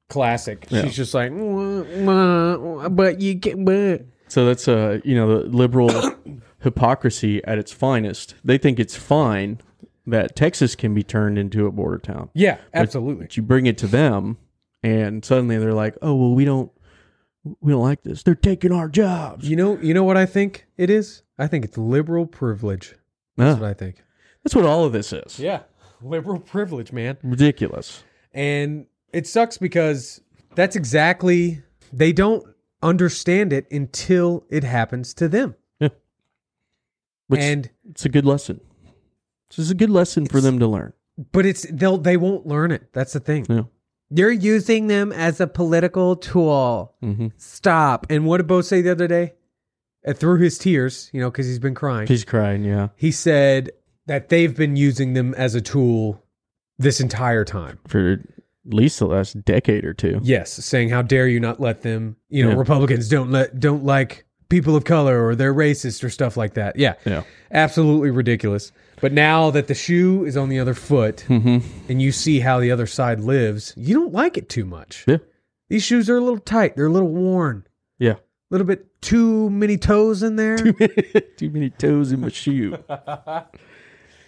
classic. She's just like, "Wah, wah, wah, but you get. But. So that's, uh, you know, the liberal hypocrisy at its finest. They think it's fine that Texas can be turned into a border town. Yeah, absolutely. you bring it to them and suddenly they're like oh well we don't we don't like this they're taking our jobs You know, you know what I think it is? I think it's liberal privilege. That's Ah, what I think. that's what all of this is Yeah. Liberal privilege, man. ridiculous And it sucks because that's exactly they don't understand it until it happens to them. which and it's a good lesson this is a good lesson for them to learn but it's they'll they won't learn it. That's the thing. yeah You're using them as a political tool. mm-hmm. Stop. And what did Bo say the other day? Uh, through his tears, you know, because he's been crying. he's crying yeah he said that they've been using them as a tool this entire time. for at least the last decade or two Yes, saying how dare you not let them, you know, Yeah. Republicans don't let don't like people of color or they're racist or stuff like that. Yeah. Yeah. Absolutely ridiculous. But now that the shoe is on the other foot mm-hmm. and you see how the other side lives, you don't like it too much. Yeah. These shoes are a little tight, they're a little worn. Yeah. A little bit too many toes in there. too many toes in my shoe.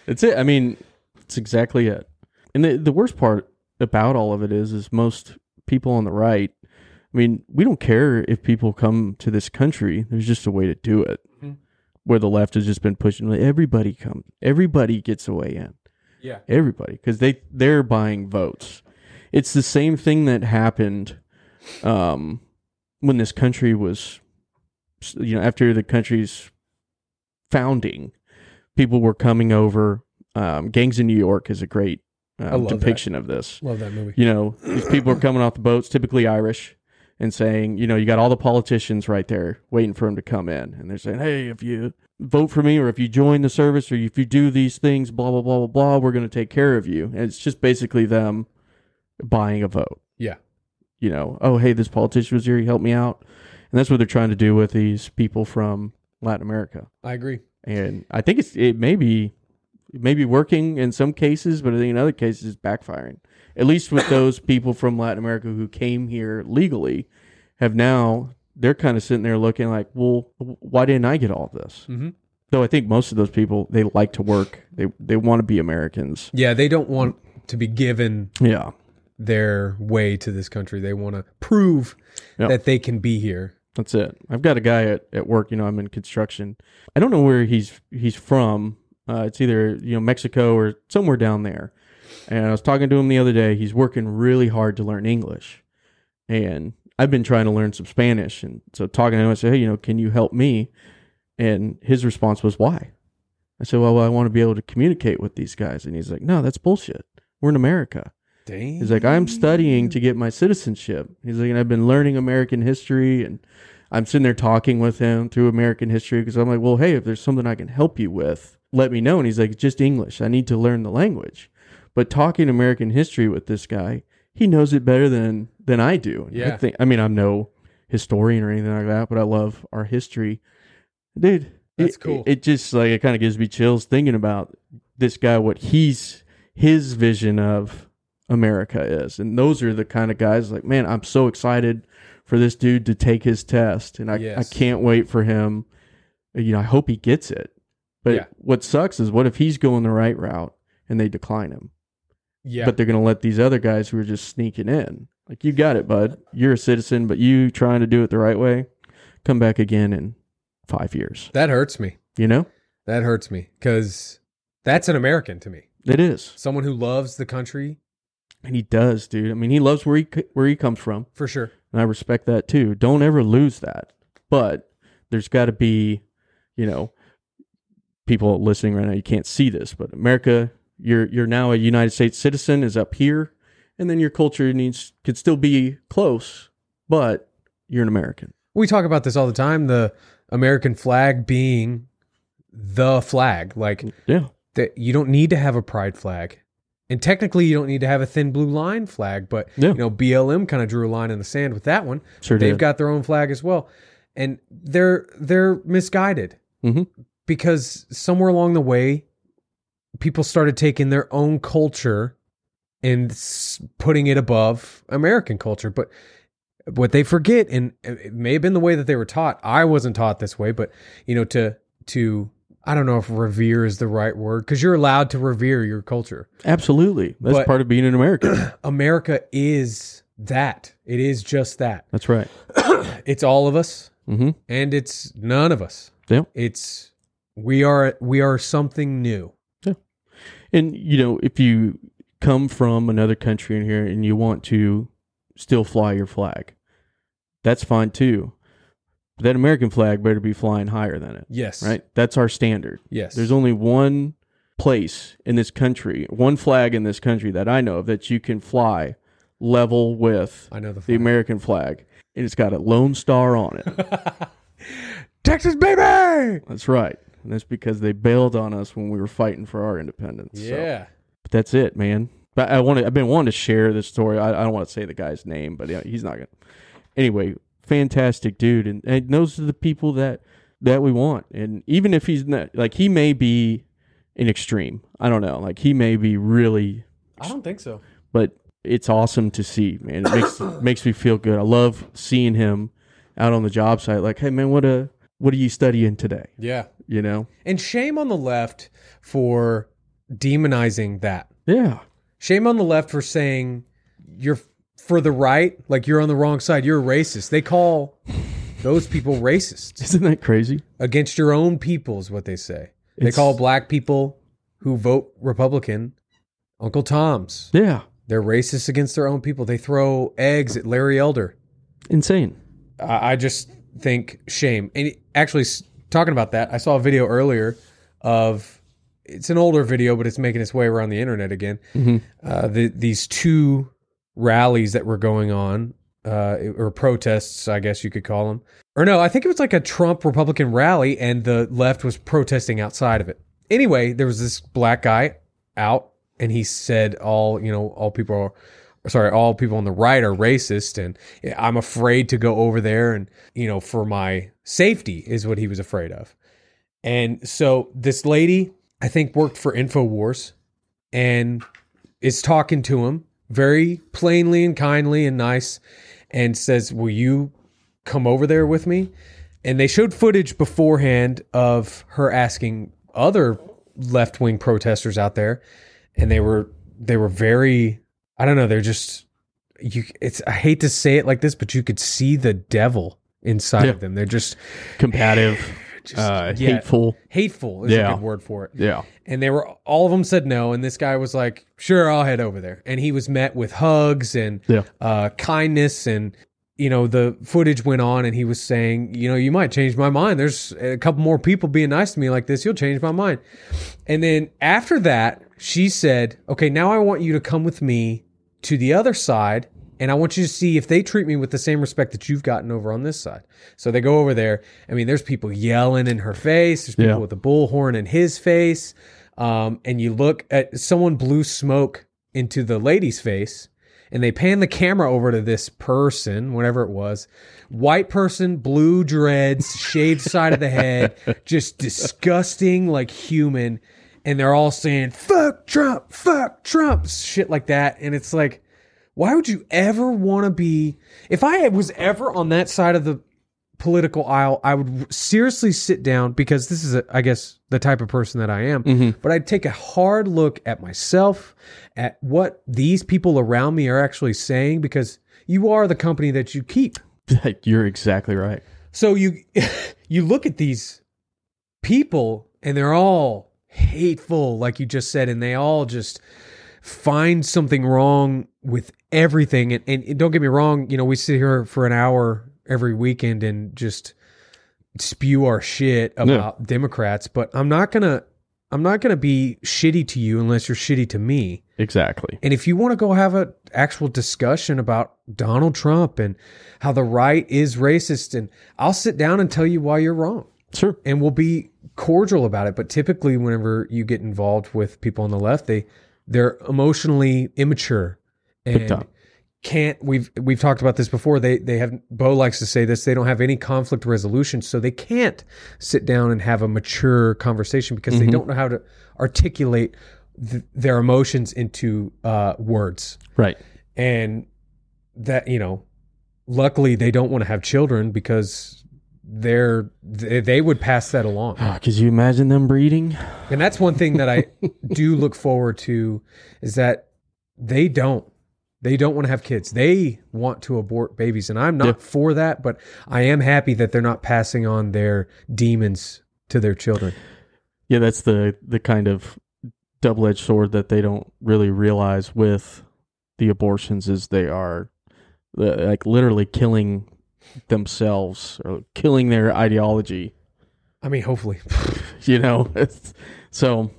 That's it. I mean, it's exactly it. And the the worst part about all of it is, is most people on the right. I mean, we don't care if people come to this country. There's just a way to do it. Mhm. Where the left has just been pushing, like, everybody comes, everybody gets a way in yeah. everybody because they they're buying votes. It's the same thing that happened um, when this country was, you know, after the country's founding, people were coming over. Um, Gangs in New York is a great um, love that. depiction of this. Love that movie. You know, these people are coming off the boats, typically Irish, and saying, you know, you got all the politicians right there waiting for them to come in. And they're saying, hey, if you vote for me or if you join the service or if you do these things, blah, blah, blah, blah, blah, we're going to take care of you. And it's just basically them buying a vote. Yeah. You know, oh, hey, this politician was here, he helped me out. And that's what they're trying to do with these people from Latin America. I agree. and I think it's it may be it may be working in some cases, but I think in other cases it's backfiring. At least with those people from Latin America who came here legally, have now they're kind of sitting there looking like, well, why didn't I get all this? Mhm. Though I think most of those people they like to work, they they want to be Americans. Yeah, they don't want to be given Yeah, their way to this country. They want to prove Yeah. that they can be here. That's it. I've got a guy at, at work, you know, I'm in construction. I don't know where he's he's from. Uh, it's either, you know, Mexico or somewhere down there. And I was talking to him the other day. He's working really hard to learn English. And I've been trying to learn some Spanish. And so talking to him, I said, Hey, you know, can you help me? And his response was, Why? I said, Well, I want to be able to communicate with these guys. And he's like, No, that's bullshit. We're in America. Dang. He's like, I'm studying to get my citizenship. He's like, and I've been learning American history, and I'm sitting there talking with him through American history because I'm like, well, hey, if there's something I can help you with, let me know. And he's like, "It's just English. I need to learn the language. But talking American history with this guy, he knows it better than than I do. And I Yeah. think. I mean, I'm no historian or anything like that, but I love our history, dude. That's it- cool. It, just like it kind of gives me chills thinking about this guy, what he's his vision of America is. And those are the kind of guys like, man, I'm so excited for this dude to take his test and I, Yes. I can't wait for him. You know, I hope he gets it. But Yeah. what sucks is what if he's going the right route and they decline him? yeah. But they're going to let these other guys who are just sneaking in. Like you got it, bud. You're a citizen, but you trying to do it the right way, come back again in 5 years, that hurts me. you know? That hurts me because that's an American to me. It is. Someone who loves the country And he does, dude. I mean, he loves where he c- where he comes from. for sure. and I respect that too. Don't ever lose that. But there's got to be, you know, people listening right now. You can't see this, but America, you're you're now a United States citizen, is up here, and then your culture needs could still be close, but you're an American. We talk about this all the time the American flag being the flag. Like, Yeah, that you don't need to have a pride flag. And technically, you don't need to have a thin blue line flag, but Yeah. you know BLM kind of drew a line in the sand with that one. sure. They've did. got their own flag as well, and they're they're misguided Mhm. because somewhere along the way, people started taking their own culture and s- putting it above American culture. But what they forget, and it may have been the way that they were taught. I wasn't taught this way, but you know, to to I don't know if revere is the right word because you're allowed to revere your culture. absolutely. That's But- part of being an American. America is that. It is just that. That's right. It's all of us, hmm and it's none of us. Yeah. It's we are we are something new. And you know, if you come from another country in here and you want to still fly your flag, that's fine too. But that American flag better be flying higher than it, Yes. right? That's our standard. Yes. There's only one place in this country, one flag in this country that I know of that you can fly level with I know the, the flag. American flag. And it's got a lone star on it. Texas baby. That's right. And that's because they bailed on us when we were fighting for our independence. So- Yeah. But that's it, man. But I want to. I've been wanting to share this story. I, I don't want to say the guy's name, but yeah, he's not gonna. Anyway, fantastic dude, and, and those are the people that that we want. And even if he's not like he may be an extreme, I don't know. Like he may be really, I don't think so. but it's awesome to see, man. It makes makes me feel good. I love seeing him out on the job site. Like, hey, man, what a what are you studying today? Yeah. You know? And shame on the left for demonizing that. Yeah, Shame on the left for saying you're for the right, like you're on the wrong side, you're a racist. They call those people racist. isn't that crazy? Against your own people is what they say. They It's- call black people who vote Republican Uncle Toms. Yeah, They're racist against their own people. They throw eggs at Larry Elder. insane. I I just think shame. And actually, s- talking about that, I saw a video earlier of it's an older video, but it's making its way around the internet again. Uh, the, these two rallies that were going on, uh, or protests, I guess you could call them. Or no, I think it was like a Trump Republican rally, and the left was protesting outside of it. Anyway, there was this black guy out, and he said, "All you know, all people are." sorry, all people on the right are racist, and I'm afraid to go over there, and you know, for my safety is what he was afraid of. And so this lady, I think, worked for InfoWars and is talking to him very plainly and kindly and nice and says, Will you come over there with me? And they showed footage beforehand of her asking other left wing protesters out there, and they were they were very I don't know, they're just you it's I hate to say it like this, but you could see the devil inside Yeah. of them. They're just Combative, just uh, yeah, hateful. Hateful is Yeah. a good word for it. Yeah. And they were all of them said no, and this guy was like, "Sure, I'll head over there." And he was met with hugs and Yeah. uh, kindness, and you know the footage went on, and he was saying, "You know, you might change my mind. There's a couple more people being nice to me like this. You'll change my mind." And then after that, she said, "Okay, now I want you to come with me to the other side." And I want you to see if they treat me with the same respect that you've gotten over on this side. So they go over there. I mean, there's people yelling in her face. There's people Yeah. with a bullhorn in his face um, and you look at someone blew smoke into the lady's face and they pan the camera over to this person whatever it was white person blue dreads shaved side of the head just disgusting like human and they're all saying fuck trump fuck trump shit like that and it's like why would you ever want to be if i was ever on that side of the political aisle, I would seriously sit down because this is, a, I guess, the type of person that I am. But I'd take a hard look at myself, at what these people around me are actually saying, because you are the company that you keep. You're exactly right. So you you look at these people and they're all hateful like you just said and they all just find something wrong with everything and, and don't get me wrong, you know, we sit here for an hour every weekend and just spew our shit about Democrats, but I'm not going to I'm not going to be shitty to you unless you're shitty to me. Exactly. And if you want to go have an actual discussion about Donald Trump and how the right is racist, and I'll sit down and tell you why you're wrong, Sure. and we'll be cordial about it. But typically, whenever you get involved with people on the left, they they're emotionally immature and time. can't. We've we've talked about this before. They they have Bo likes to say this. They don't have any conflict resolution, so they can't sit down and have a mature conversation because they don't know how to articulate th- their emotions into uh, words. Right. And that, you know, luckily they don't want to have children because they're they, they would pass that along. Could Ah, you imagine them breeding? And that's one thing that I do look forward to is that they don't. They don't want to have kids. They want to abort babies. And I'm not Yeah. for that, but I am happy that they're not passing on their demons to their children. Yeah, that's the the kind of double edged sword that they don't really realize with the abortions is they are uh, like literally killing themselves or killing their ideology. I mean, hopefully. You know, It's- so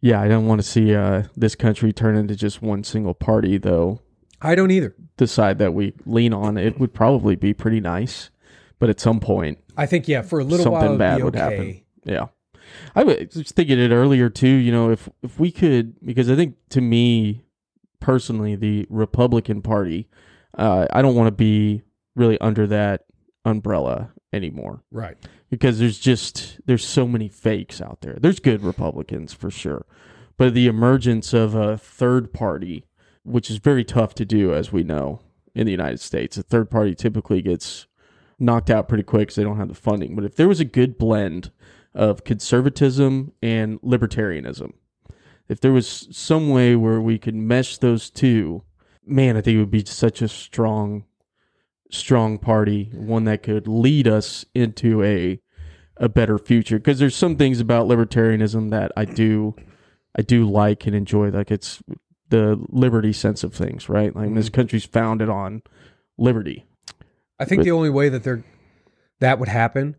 yeah, I don't want to see uh, this country turn into just one single party though. I don't either. The side that we lean on, it would probably be pretty nice, but at some point I think, yeah, for a little something while, it'd bad be would okay. happen. Yeah. I wa- was thinking it earlier too, you know, if if we could because I think to me personally the Republican Party, uh, I don't want to be really under that umbrella anymore Right. because there's just there's so many fakes out there. There's good Republicans for sure, but the emergence of a third party, which is very tough to do as we know in the United States, a third party typically gets knocked out pretty quick because they don't have the funding. But if there was a good blend of conservatism and libertarianism, if there was some way where we could mesh those two, man, I think it would be such a strong strong party, one that could lead us into a a better future. Because there's some things about libertarianism that I do I do like and enjoy. Like it's the liberty sense of things, right? Like Mm-hmm. this country's founded on liberty. I think But- the only way that they're that would happen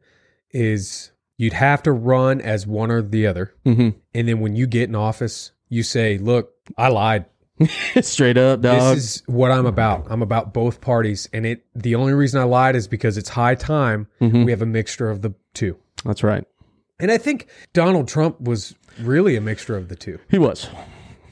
is you'd have to run as one or the other, Mm-hmm. and then when you get in office, you say, "Look, I lied. Straight up, This dog. is what I'm about. I'm about both parties, and it. The only reason I lied is because it's high time Mhm. we have a mixture of the two. That's right. And I think Donald Trump was really a mixture of the two. He was.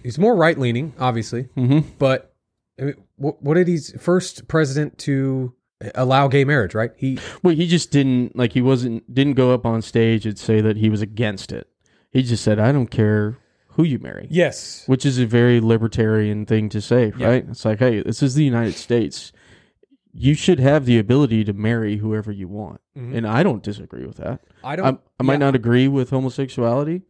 He's more right leaning, obviously, Mm-hmm. but I mean, what, what did he first president to allow gay marriage, right? He Well, he just didn't like he wasn't didn't go up on stage and say that he was against it. He just said, "I don't care who you marry," yes, which is a very libertarian thing to say, Yeah. right? It's like, "Hey, this is the United States. You should have the ability to marry whoever you want." Mhm. And I don't disagree with that. I I, don't. I might yeah. not agree with homosexuality,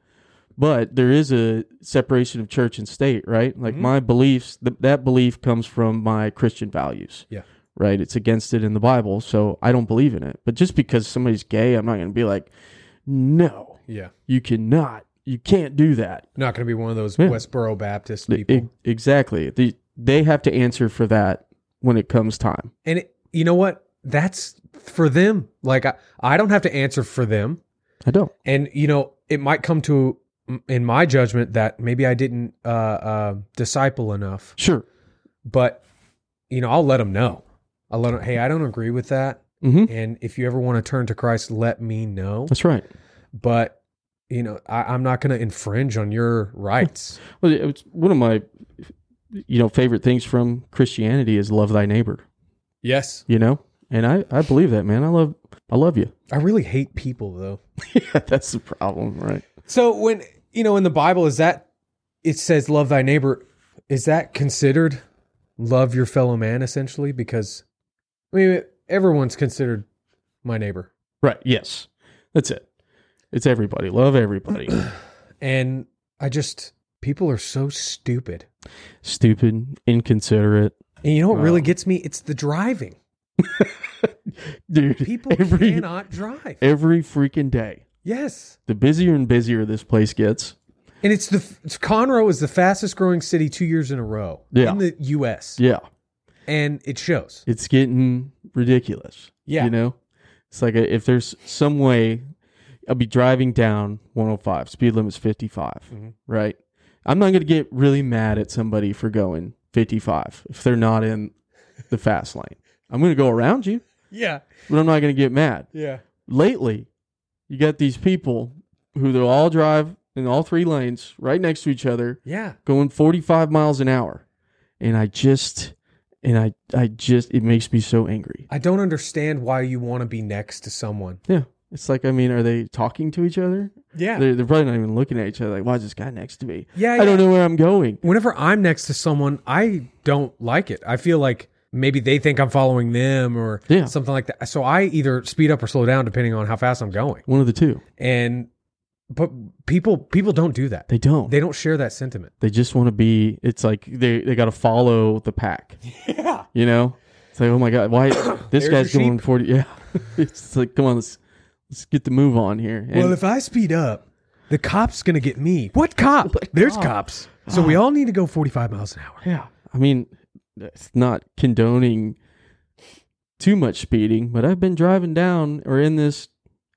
but there is a separation of church and state, right? Like Mhm. my beliefs, th- that belief comes from my Christian values. Yeah. Right? It's against it in the Bible, so I don't believe in it. But just because somebody's gay, I'm not going to be like, no, Yeah, you cannot. You can't do that. not going to be one of those Yeah. Westboro Baptist E- people. exactly. The, they have to answer for that when it comes time. and it, you know what? That's for them. Like I, I don't have to answer for them. I don't. and you know it might come to in my judgment that maybe i didn't uh, uh disciple enough Sure. but you know i'll let them know i'll let them hey i don't agree with that hmm and if you ever want to turn to christ let me know That's right. but you know I, i'm not going to infringe on your rights Well, it was one of my, you know, favorite things from Christianity is love thy neighbor. yes You know, and I I believe that man. I love I love you. i really hate people though yeah, that's the problem, right? so when you know in the bible is that it says love thy neighbor is that considered love your fellow man essentially because i mean everyone's considered my neighbor Right. Yes, that's it. It's everybody. Love everybody. and i just people are so stupid Stupid, inconsiderate, and you know what really Wow. gets me it's the driving dude. people every cannot drive every freaking day. yes The busier and busier this place gets. and it's the it's, conroe is the fastest growing city two years in a row Yeah. in the us Yeah, and it shows it's getting ridiculous. yeah You know, it's like if there's some way, I'll be driving down 105, speed limit's 55, Mhm. right? I'm not going to get really mad at somebody for going 55 if they're not in the fast lane. I'm going to go around you, yeah but I'm not going to get mad. yeah Lately, you got these people who they'll all drive in all three lanes right next to each other yeah going 45 miles an hour. And I just, and I, I just, it makes me so angry. i don't understand why you want to be next to someone Yeah. It's like, I mean, are they talking to each other? yeah They're, they're probably not even looking at each other. Like, why is this guy next to me? yeah, I don't know where I'm going. whenever i'm next to someone i don't like it i feel like maybe they think i'm following them or Yeah. something like that so i either speed up or slow down depending on how fast i'm going One of the two. and but people people don't do that They don't. They, they don't share that sentiment just want to be, it's like they, they got to follow the pack, yeah you know? It's like, oh my God, why this There's guy's your sheep. going 40. Yeah. it's like, come on, let's, let's get the move on here. And well if i speed up the cop's gonna get me what cop there's cops so we all need to go 45 miles an hour yeah. I mean, it's not condoning too much speeding, but I've been driving down or in this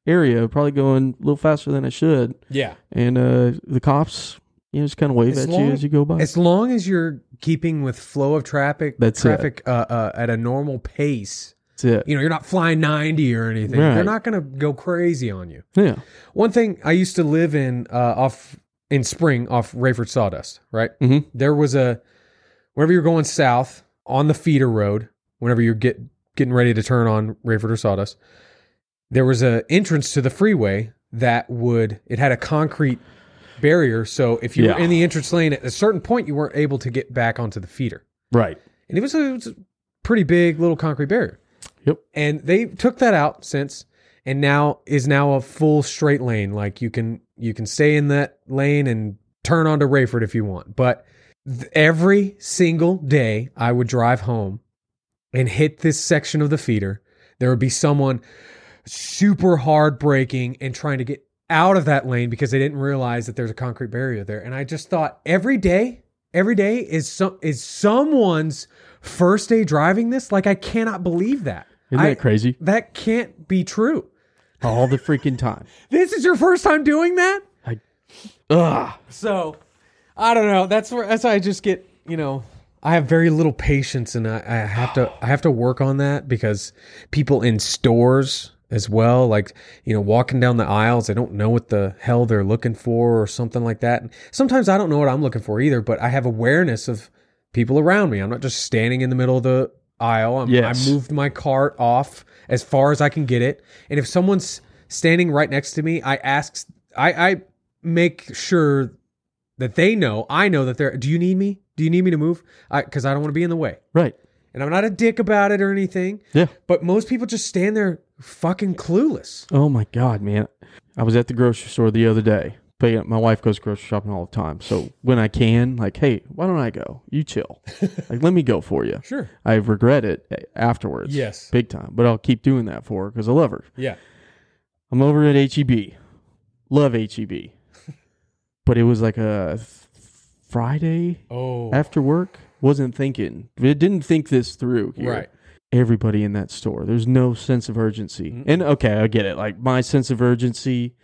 area, probably going a little faster than I should. yeah and uh, the cops, you know, just kind of wave As at long- you as you go by. as long as you're keeping with flow of traffic That's it. traffic uh, uh, at a normal pace That's it. you know, you're not flying 90 or anything. They're Right. not going to go crazy on you. Yeah, One thing I used to live in uh, off in spring off Rayford Sawdust, right? Mhm. There was a whenever you're going south on the feeder road, whenever you're get getting ready to turn on Rayford or Sawdust, there was a entrance to the freeway that would it had a concrete barrier, so if you Yeah. were in the entrance lane at a certain point, you weren't able to get back onto the feeder right. and it was, a, it was a pretty big little concrete barrier. Yep. And they took that out since, and now is now a full straight lane. Like you can you can stay in that lane and turn onto Rayford if you want. But th- every single day, I would drive home and hit this section of the feeder. There would be someone super hard braking and trying to get out of that lane because they didn't realize that there's a concrete barrier there. And I just thought every day, every day is some is someone's first day driving this. Like I cannot believe that. Isn't I- that crazy? That can't be true. All the freaking time. This is your first time doing that? Ugh. So I don't know. That's where that's why I just get you know I have very little patience, and I, I have to I have to work on that because people in stores as well, like you know, walking down the aisles, they don't know what the hell they're looking for or something like that. And sometimes I don't know what I'm looking for either, but I have awareness of people around me. I'm not just standing in the middle of the aisle. I'm, Yes. I moved my cart off as far as I can get it. And if someone's standing right next to me, I ask, I, I make sure that they know, I know that they're, do you need me? Do you need me to move? I Because I don't want to be in the way. Right. And I'm not a dick about it or anything. Yeah. But most people just stand there fucking clueless. Oh my god, man! I was at the grocery store the other day. Picking up, my wife goes grocery shopping all the time, so when I can, like, hey, why don't I go? You chill. like, let me go for you. Sure. I regret it eh, afterwards. Yes. Big time. But I'll keep doing that for her because I love her. Yeah. I'm over at HEB. Love HEB. but it was like a th- Friday Oh. after work. Wasn't thinking. I didn't think this through. here. Right. Everybody in that store. There's no sense of urgency. And okay, I get it. Like my sense of urgency,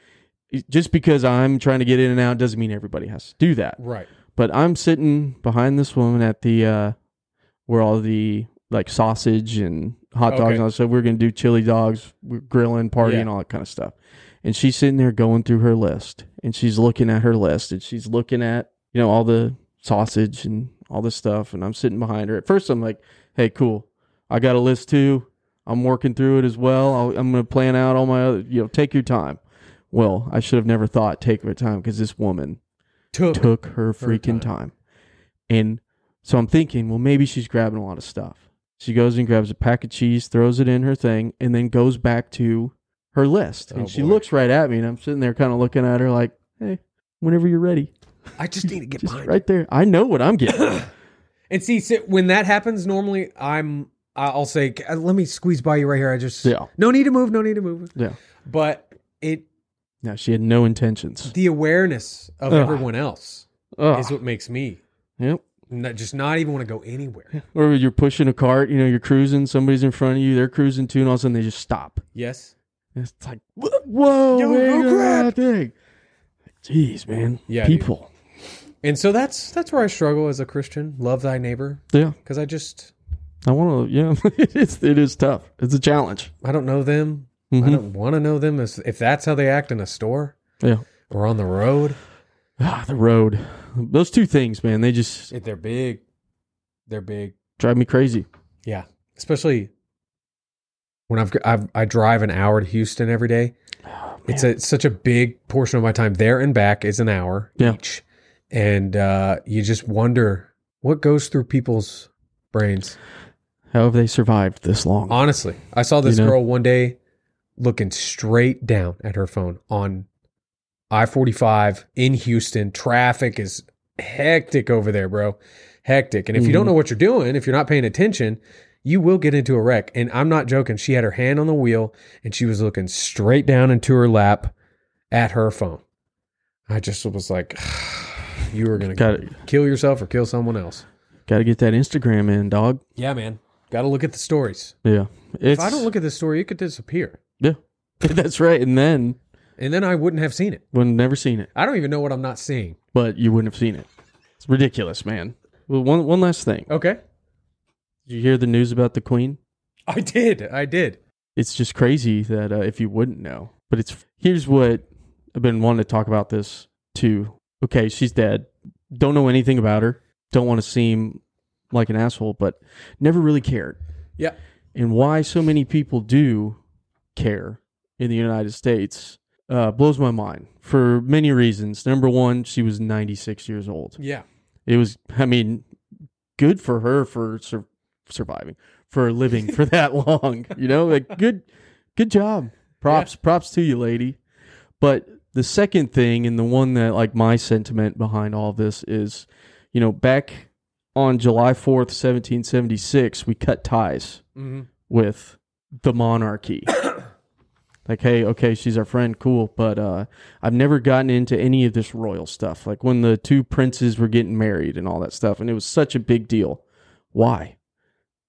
just because I'm trying to get in and out doesn't mean everybody has to do that. Right. But I'm sitting behind this woman at the uh where all the like sausage and hot dogs Okay. and all that stuff. We're gonna do chili dogs, we're grilling, party, Yeah. and all that kind of stuff. And she's sitting there going through her list, and she's looking at her list, and she's looking at you know all the sausage and all this stuff. And I'm sitting behind her. At first, I'm like, "Hey, cool, I got a list too. I'm working through it as well. I'll, I'm gonna plan out all my other. You know, take your time." Well, I should have never thought take her time because this woman Took. took her Her time. freaking time. And so I'm thinking, well, maybe she's grabbing a lot of stuff. She goes and grabs a pack of cheese, throws it in her thing, and then goes back to her list. Oh, and she boy. looks right at me, and I'm sitting there kind of looking at her like, hey, whenever you're ready, I just need to get just behind. right there. I know what I'm getting. And see, si- when that happens, normally I'm I'll say, "C- uh, "Let me squeeze by you right here." I just yeah. no need to move, no need to move. Yeah. But it No, she had no intentions. the awareness of Ugh. everyone else Ugh. is what makes me Yep. not, just not even want to go anywhere. Or you're pushing a cart, you know, you're cruising, somebody's in front of you, they're cruising too, and all of a sudden they just stop. Yes. It's like, wh- whoa, Yo, wait oh, a crap. minute. Jeez, man. Yeah, dude. People. And so that's that's where I struggle as a Christian. Love thy neighbor Yeah. because I just I want to, yeah. it's, it is tough. It's a challenge. I don't know them. I Mhm. don't want to know them. As, if that's how they act in a store Yeah. or on the road, Ah, the road. Those two things, man, they just if they're big. They're big. drive me crazy. Yeah, especially when I've, I've I drive an hour to Houston every day. Oh, it's a such a big portion of my time there and back is an hour Yeah. each, and uh, you just wonder what goes through people's brains. How have they survived this long? Honestly, I saw this You know? girl one day looking straight down at her phone on I forty five in Houston. Traffic is hectic over there, bro. Hectic. And if you don't Mhm. know what you're doing, if you're not paying attention, you will get into a wreck. And I'm not joking. She had her hand on the wheel and she was looking straight down into her lap at her phone. I just was like, you were gonna Got to kill yourself or kill someone else. got to get that Instagram in, dog. Yeah, man. Got to look at the stories. Yeah. If It's I don't look at this story, it could disappear. Yeah. That's right. And then and then I wouldn't have seen it. would never seen it, I don't even know what I'm not seeing. but you wouldn't have seen it. It's ridiculous, man. Well, one one last thing. Okay, Did you hear the news about the Queen? I did, I did. it's just crazy that uh, if you wouldn't know. But it's here's what I've been wanting to talk about this too. Okay, she's dead. Don't know anything about her. Don't want to seem like an asshole, but never really cared. Yeah. And why so many people do care in the United States uh, blows my mind for many reasons. Number one, she was 96 years old. Yeah, It was, I mean, good for her for sur- surviving, for living for that long. You know, like good, good job. Props, props to you, lady. But the second thing, and the one that like my sentiment behind all this is, you know, back on July fourth, seventeen seventy six, we cut ties mm-hmm. with the monarchy. like, hey, okay, she's our friend, cool, but uh, I've never gotten into any of this royal stuff. Like when the two princes were getting married and all that stuff, and it was such a big deal. Why?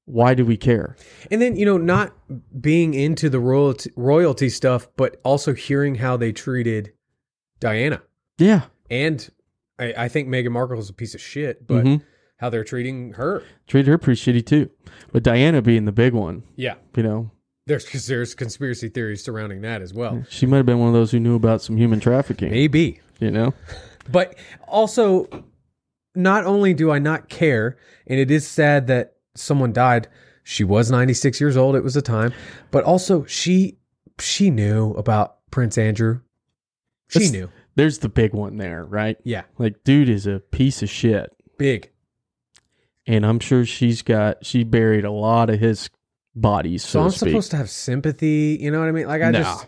Why do we care? and then you know, not being into the royalty royalty stuff, but also hearing how they treated Diana Yeah, and I, I think Meghan Markle is a piece of shit, but Mhm. how they're treating her. treated her pretty shitty too, but Diana being the big one, Yeah, you know, there's 'cause there's conspiracy theories surrounding that as well. she might have been one of those who knew about some human trafficking. Maybe, You know, but also not only do I not care, and it is sad that someone died. She was 96 years old. It was a time, but also she she knew about Prince Andrew. She That's- knew. There's the big one there, right? Yeah, Like, dude is a piece of shit. big. And I'm sure she's got, she buried a lot of his bodies, So so, I'm to speak. supposed to have sympathy. You know what I mean? Like I Nah. just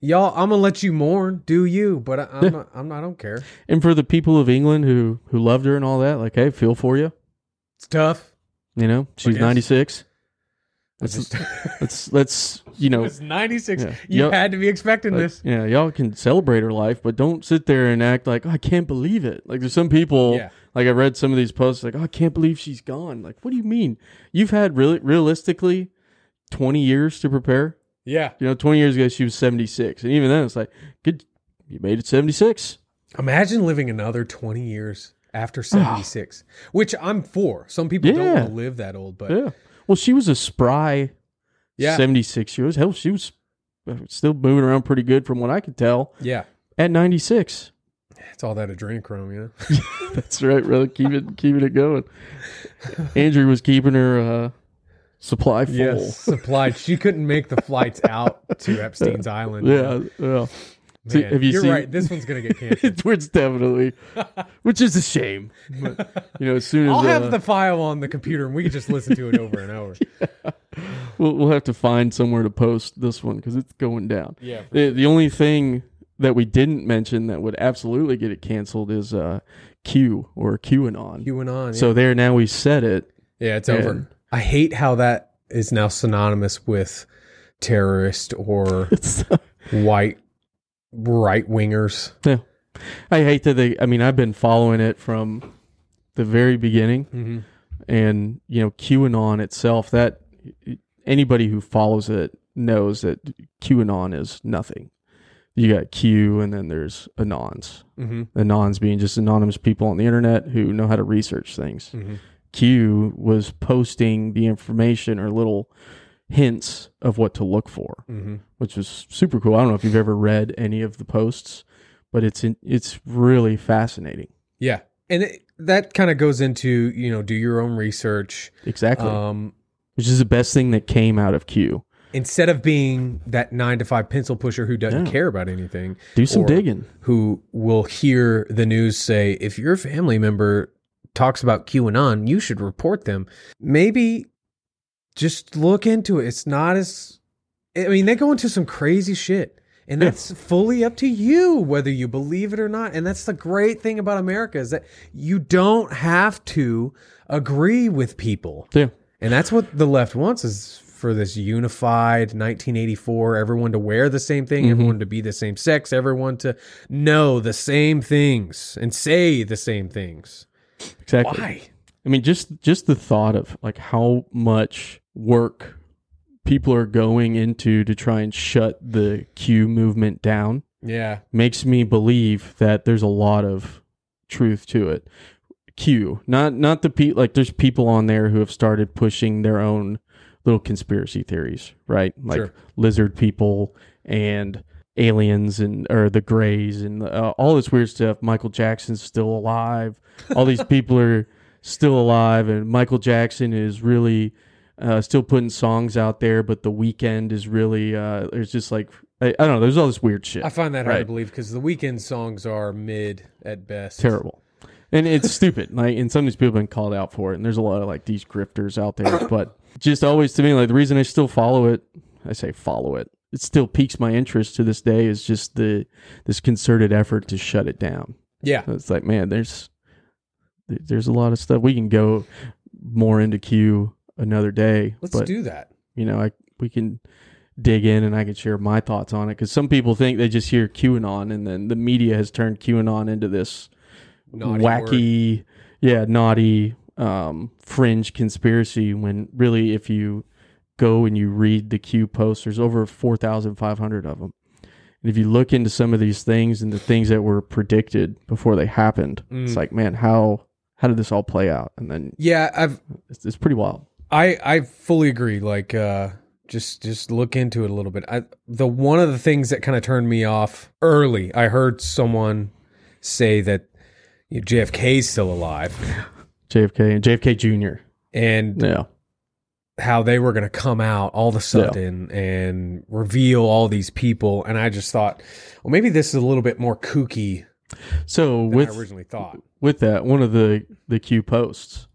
y'all. I'm gonna let you mourn. Do you? But I, Yeah. I'm not, I'm not. I don't care. and for the people of England who, who loved her and all that, like, hey, feel for you. It's tough. You know, she's guess. Oh, 96. I Let's, just- let's, let's, you It know, was 96. Yeah. You Yep. had to be expecting Like, this. Yeah, y'all can celebrate her life, but don't sit there and act like "Oh, I can't believe it. Like there's some people, Yeah. like I read some of these posts, like "Oh, I can't believe she's gone. Like what do you mean? You've had really realistically twenty years to prepare. Yeah. You know, twenty years ago she was seventy six, and even then it's like, good, you made it seventy six. Imagine living another 20 years after 76, which I'm for. Some people don't Ah. Yeah. want to live that old, but Yeah. Well, she was a spry Yeah. seventy six years. Hell, she was uh, still moving around pretty good from what I could tell yeah, at ninety six. it's all that a drink room, you know? That's right, brother. Keep it, keeping it going. Andrew was keeping her uh, supply full. Supplied. She couldn't make the flights out to Epstein's Island. Yeah, yeah. See, Man, have you you're seen- right. This one's going to get canceled. It's definitely, which is a shame. But, you know, as soon as I'll uh, have the file on the computer and we can just listen to it over and over. we'll, we'll have to find somewhere to post this one because it's going down. Yeah. The, the only thing that we didn't mention that would absolutely get it canceled is uh, Q or QAnon. You went on. So there, now we said it. Yeah, it's And- over. I hate how that is now synonymous with terrorist or It's white right wingers. I hate that they. I mean, I've been following it from the very beginning. Mm-hmm. and you know QAnon itself that anybody who follows it knows that QAnon is nothing. You got Q and then there's anons. Mm-hmm. Anons being just anonymous people on the internet who know how to research things. Mm-hmm. Q was posting the information or little hints of what to look for, Mm-hmm. which was super cool. I don't know if you've ever read any of the posts, but it's in, it's really fascinating. Yeah, and it, that kind of goes into you know do your own research. Exactly. Um, which is the best thing that came out of Q. instead of being that nine to five pencil pusher who doesn't Yeah. care about anything, Do some Or- digging. who will hear the news say if your family member talks about QAnon, you should report them. Maybe just look into it. It's not as I mean they go into some crazy shit. And Yeah. that's fully up to you whether you believe it or not. And that's the great thing about America is that you don't have to agree with people. Yeah. And that's what the left wants is for this unified 1984, everyone to wear the same thing, Mhm. everyone to be the same sex, everyone to know the same things and say the same things. Exactly. Why? I mean, just just the thought of like how much work people are going into to try and shut the Q movement down Yeah. makes me believe that there's a lot of truth to it. Q, not not the pe like there's people on there who have started pushing their own little conspiracy theories, right? Like Sure. lizard people and aliens and or the grays and uh, all this weird stuff. Michael Jackson's still alive. All these people are still alive, and Michael Jackson is really uh, still putting songs out there. But the weekend is really uh, there's just like I, I don't know. There's all this weird shit. I find that hard to Right. believe because the weekend songs are mid at best. terrible. And it's stupid. Like, and some of these people have been called out for it. And there's a lot of like these grifters out there. But just always to me, like the reason I still follow it, I say follow it. It still piques my interest to this day. Is just the this concerted effort to shut it down. Yeah. So it's like, man, there's there- there's a lot of stuff we can go more into Q another day. Let's but do that. you know, I we can dig in and I can share my thoughts on it because some people think they just hear QAnon and then the media has turned QAnon into this Naughty word. wacky, yeah, naughty, um, fringe conspiracy. When really, if you go and you read the Q posts, there's over 4,500 of them. And if you look into some of these things and the things that were predicted before they happened, Mm. it's like, man, how how did this all play out? And then Yeah. I've, it's, it's pretty wild. I I fully agree. Like, uh, just just look into it a little bit. I, the one of the things that kind of turned me off early, I heard someone say that you know, JFK's still alive, JFK and JFK Jr. and Yeah, how they were going to come out all of a sudden and reveal all these people. And I just thought, well, maybe this is a little bit more kooky So than with I originally thought. with that, one of the the Q posts,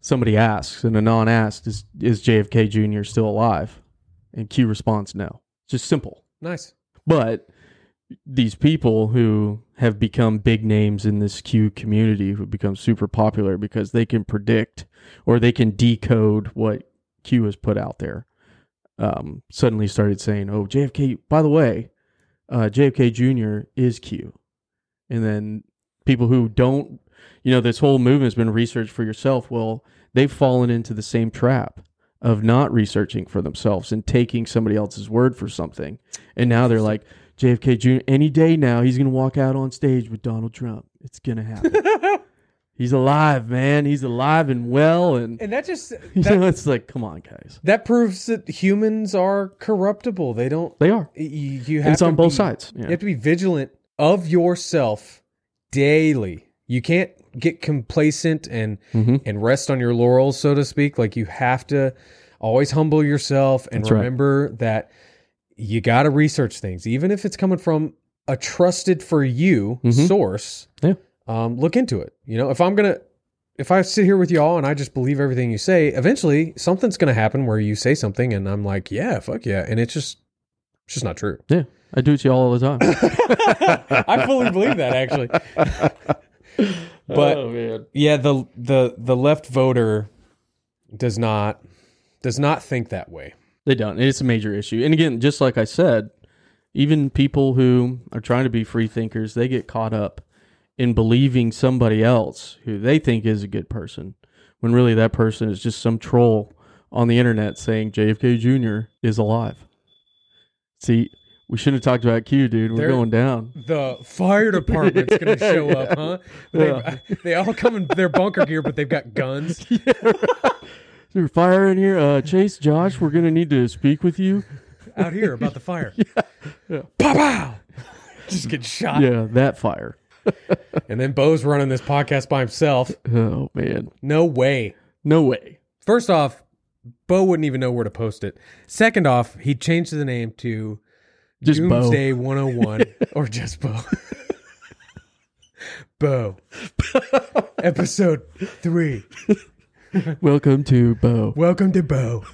somebody asks, and Anon asked, "Is is JFK Jr. still alive?" And Q responds, "No." Just simple. Nice. But these people who have become big names in this Q community who become super popular because they can predict or they can decode what Q has put out there. Um, suddenly started saying, "Oh, JFK." By the way, uh, JFK Jr. is Q, and then people who don't, you know, this whole movement has been research for yourself. Well, they've fallen into the same trap of not researching for themselves and taking somebody else's word for something, and now they're like, JFK Jr. Any day now, he's gonna walk out on stage with Donald Trump. It's gonna happen. he's alive, man. He's alive and well, and And that just you that, know, it's like, come on, guys. that proves that humans are corruptible. They don't. They are. y- You have And it's on to both be- sides. Yeah. You have to be vigilant of yourself daily. You can't get complacent and Mhm. and rest on your laurels, so to speak. Like you have to always humble yourself and That's right. remember that you got to research things, even if it's coming from a trusted for you Mhm. source. Yeah. Um, look into it. You know, if I'm gonna, if I sit here with y'all and I just believe everything you say, eventually something's gonna happen where you say something and I'm like, yeah, fuck yeah, and it's just, it's just not true. Yeah. I do it to you all the time. I fully believe that actually. But- oh, man. Yeah, the the the left voter does not does not think that way. They don't. It's a major issue. And again, just like I said, even people who are trying to be free thinkers, they get caught up in believing somebody else who they think is a good person, when really that person is just some troll on the internet saying JFK Jr. is alive. See, we shouldn't have talked about Q, dude. We're There- going down. The fire department's going to show up, huh? Yeah. They, they all come in their bunker gear, but they've got guns. Is there fire in here? Uh, Chase, Josh, we're going to need to speak with you. out here about the fire. yeah. Pow pow! Just get shot. Yeah, that fire. And then Bo's running this podcast by himself. Oh, man. No way. No way. First off, Bo wouldn't even know where to post it. Second off, he changed the name to Just Bo. Doomsday 101 or just Bo. Bo. Episode 3. Welcome to Bo. Welcome to Bo.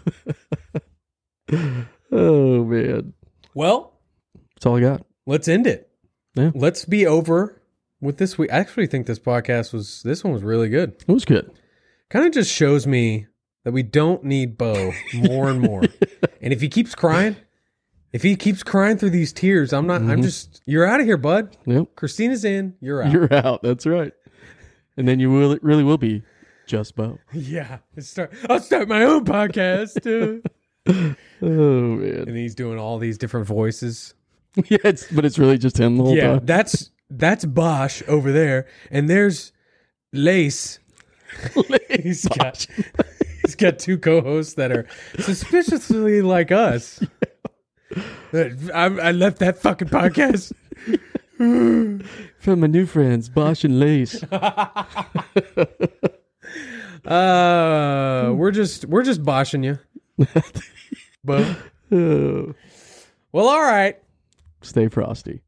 Oh man, Well, that's all I got. let's end it. Yeah. Let's be over with this week. I actually think this podcast was this one was really good. It was good. kind of just shows me that we don't need Bo more and more. and if he keeps crying, if he keeps crying through these tears, I'm not. I'm just. You're out of here, bud. Yep, Christina's in. Mm-hmm. You're out. you're out. That's right. And then you will really will be just Bo. yeah. Let's Start, I'll start my own podcast. too. Oh man, and he's doing all these different voices. yeah. It's, but it's really just him the whole Yeah, time. that's that's Bosch over there, and there's Lace. He's got he's got two co-hosts that are suspiciously like us. I, I left that fucking podcast. From my new friends, Bosch and Lace. Uh, we're just we're just boshing you. Bo. Oh, Well, all right. stay frosty.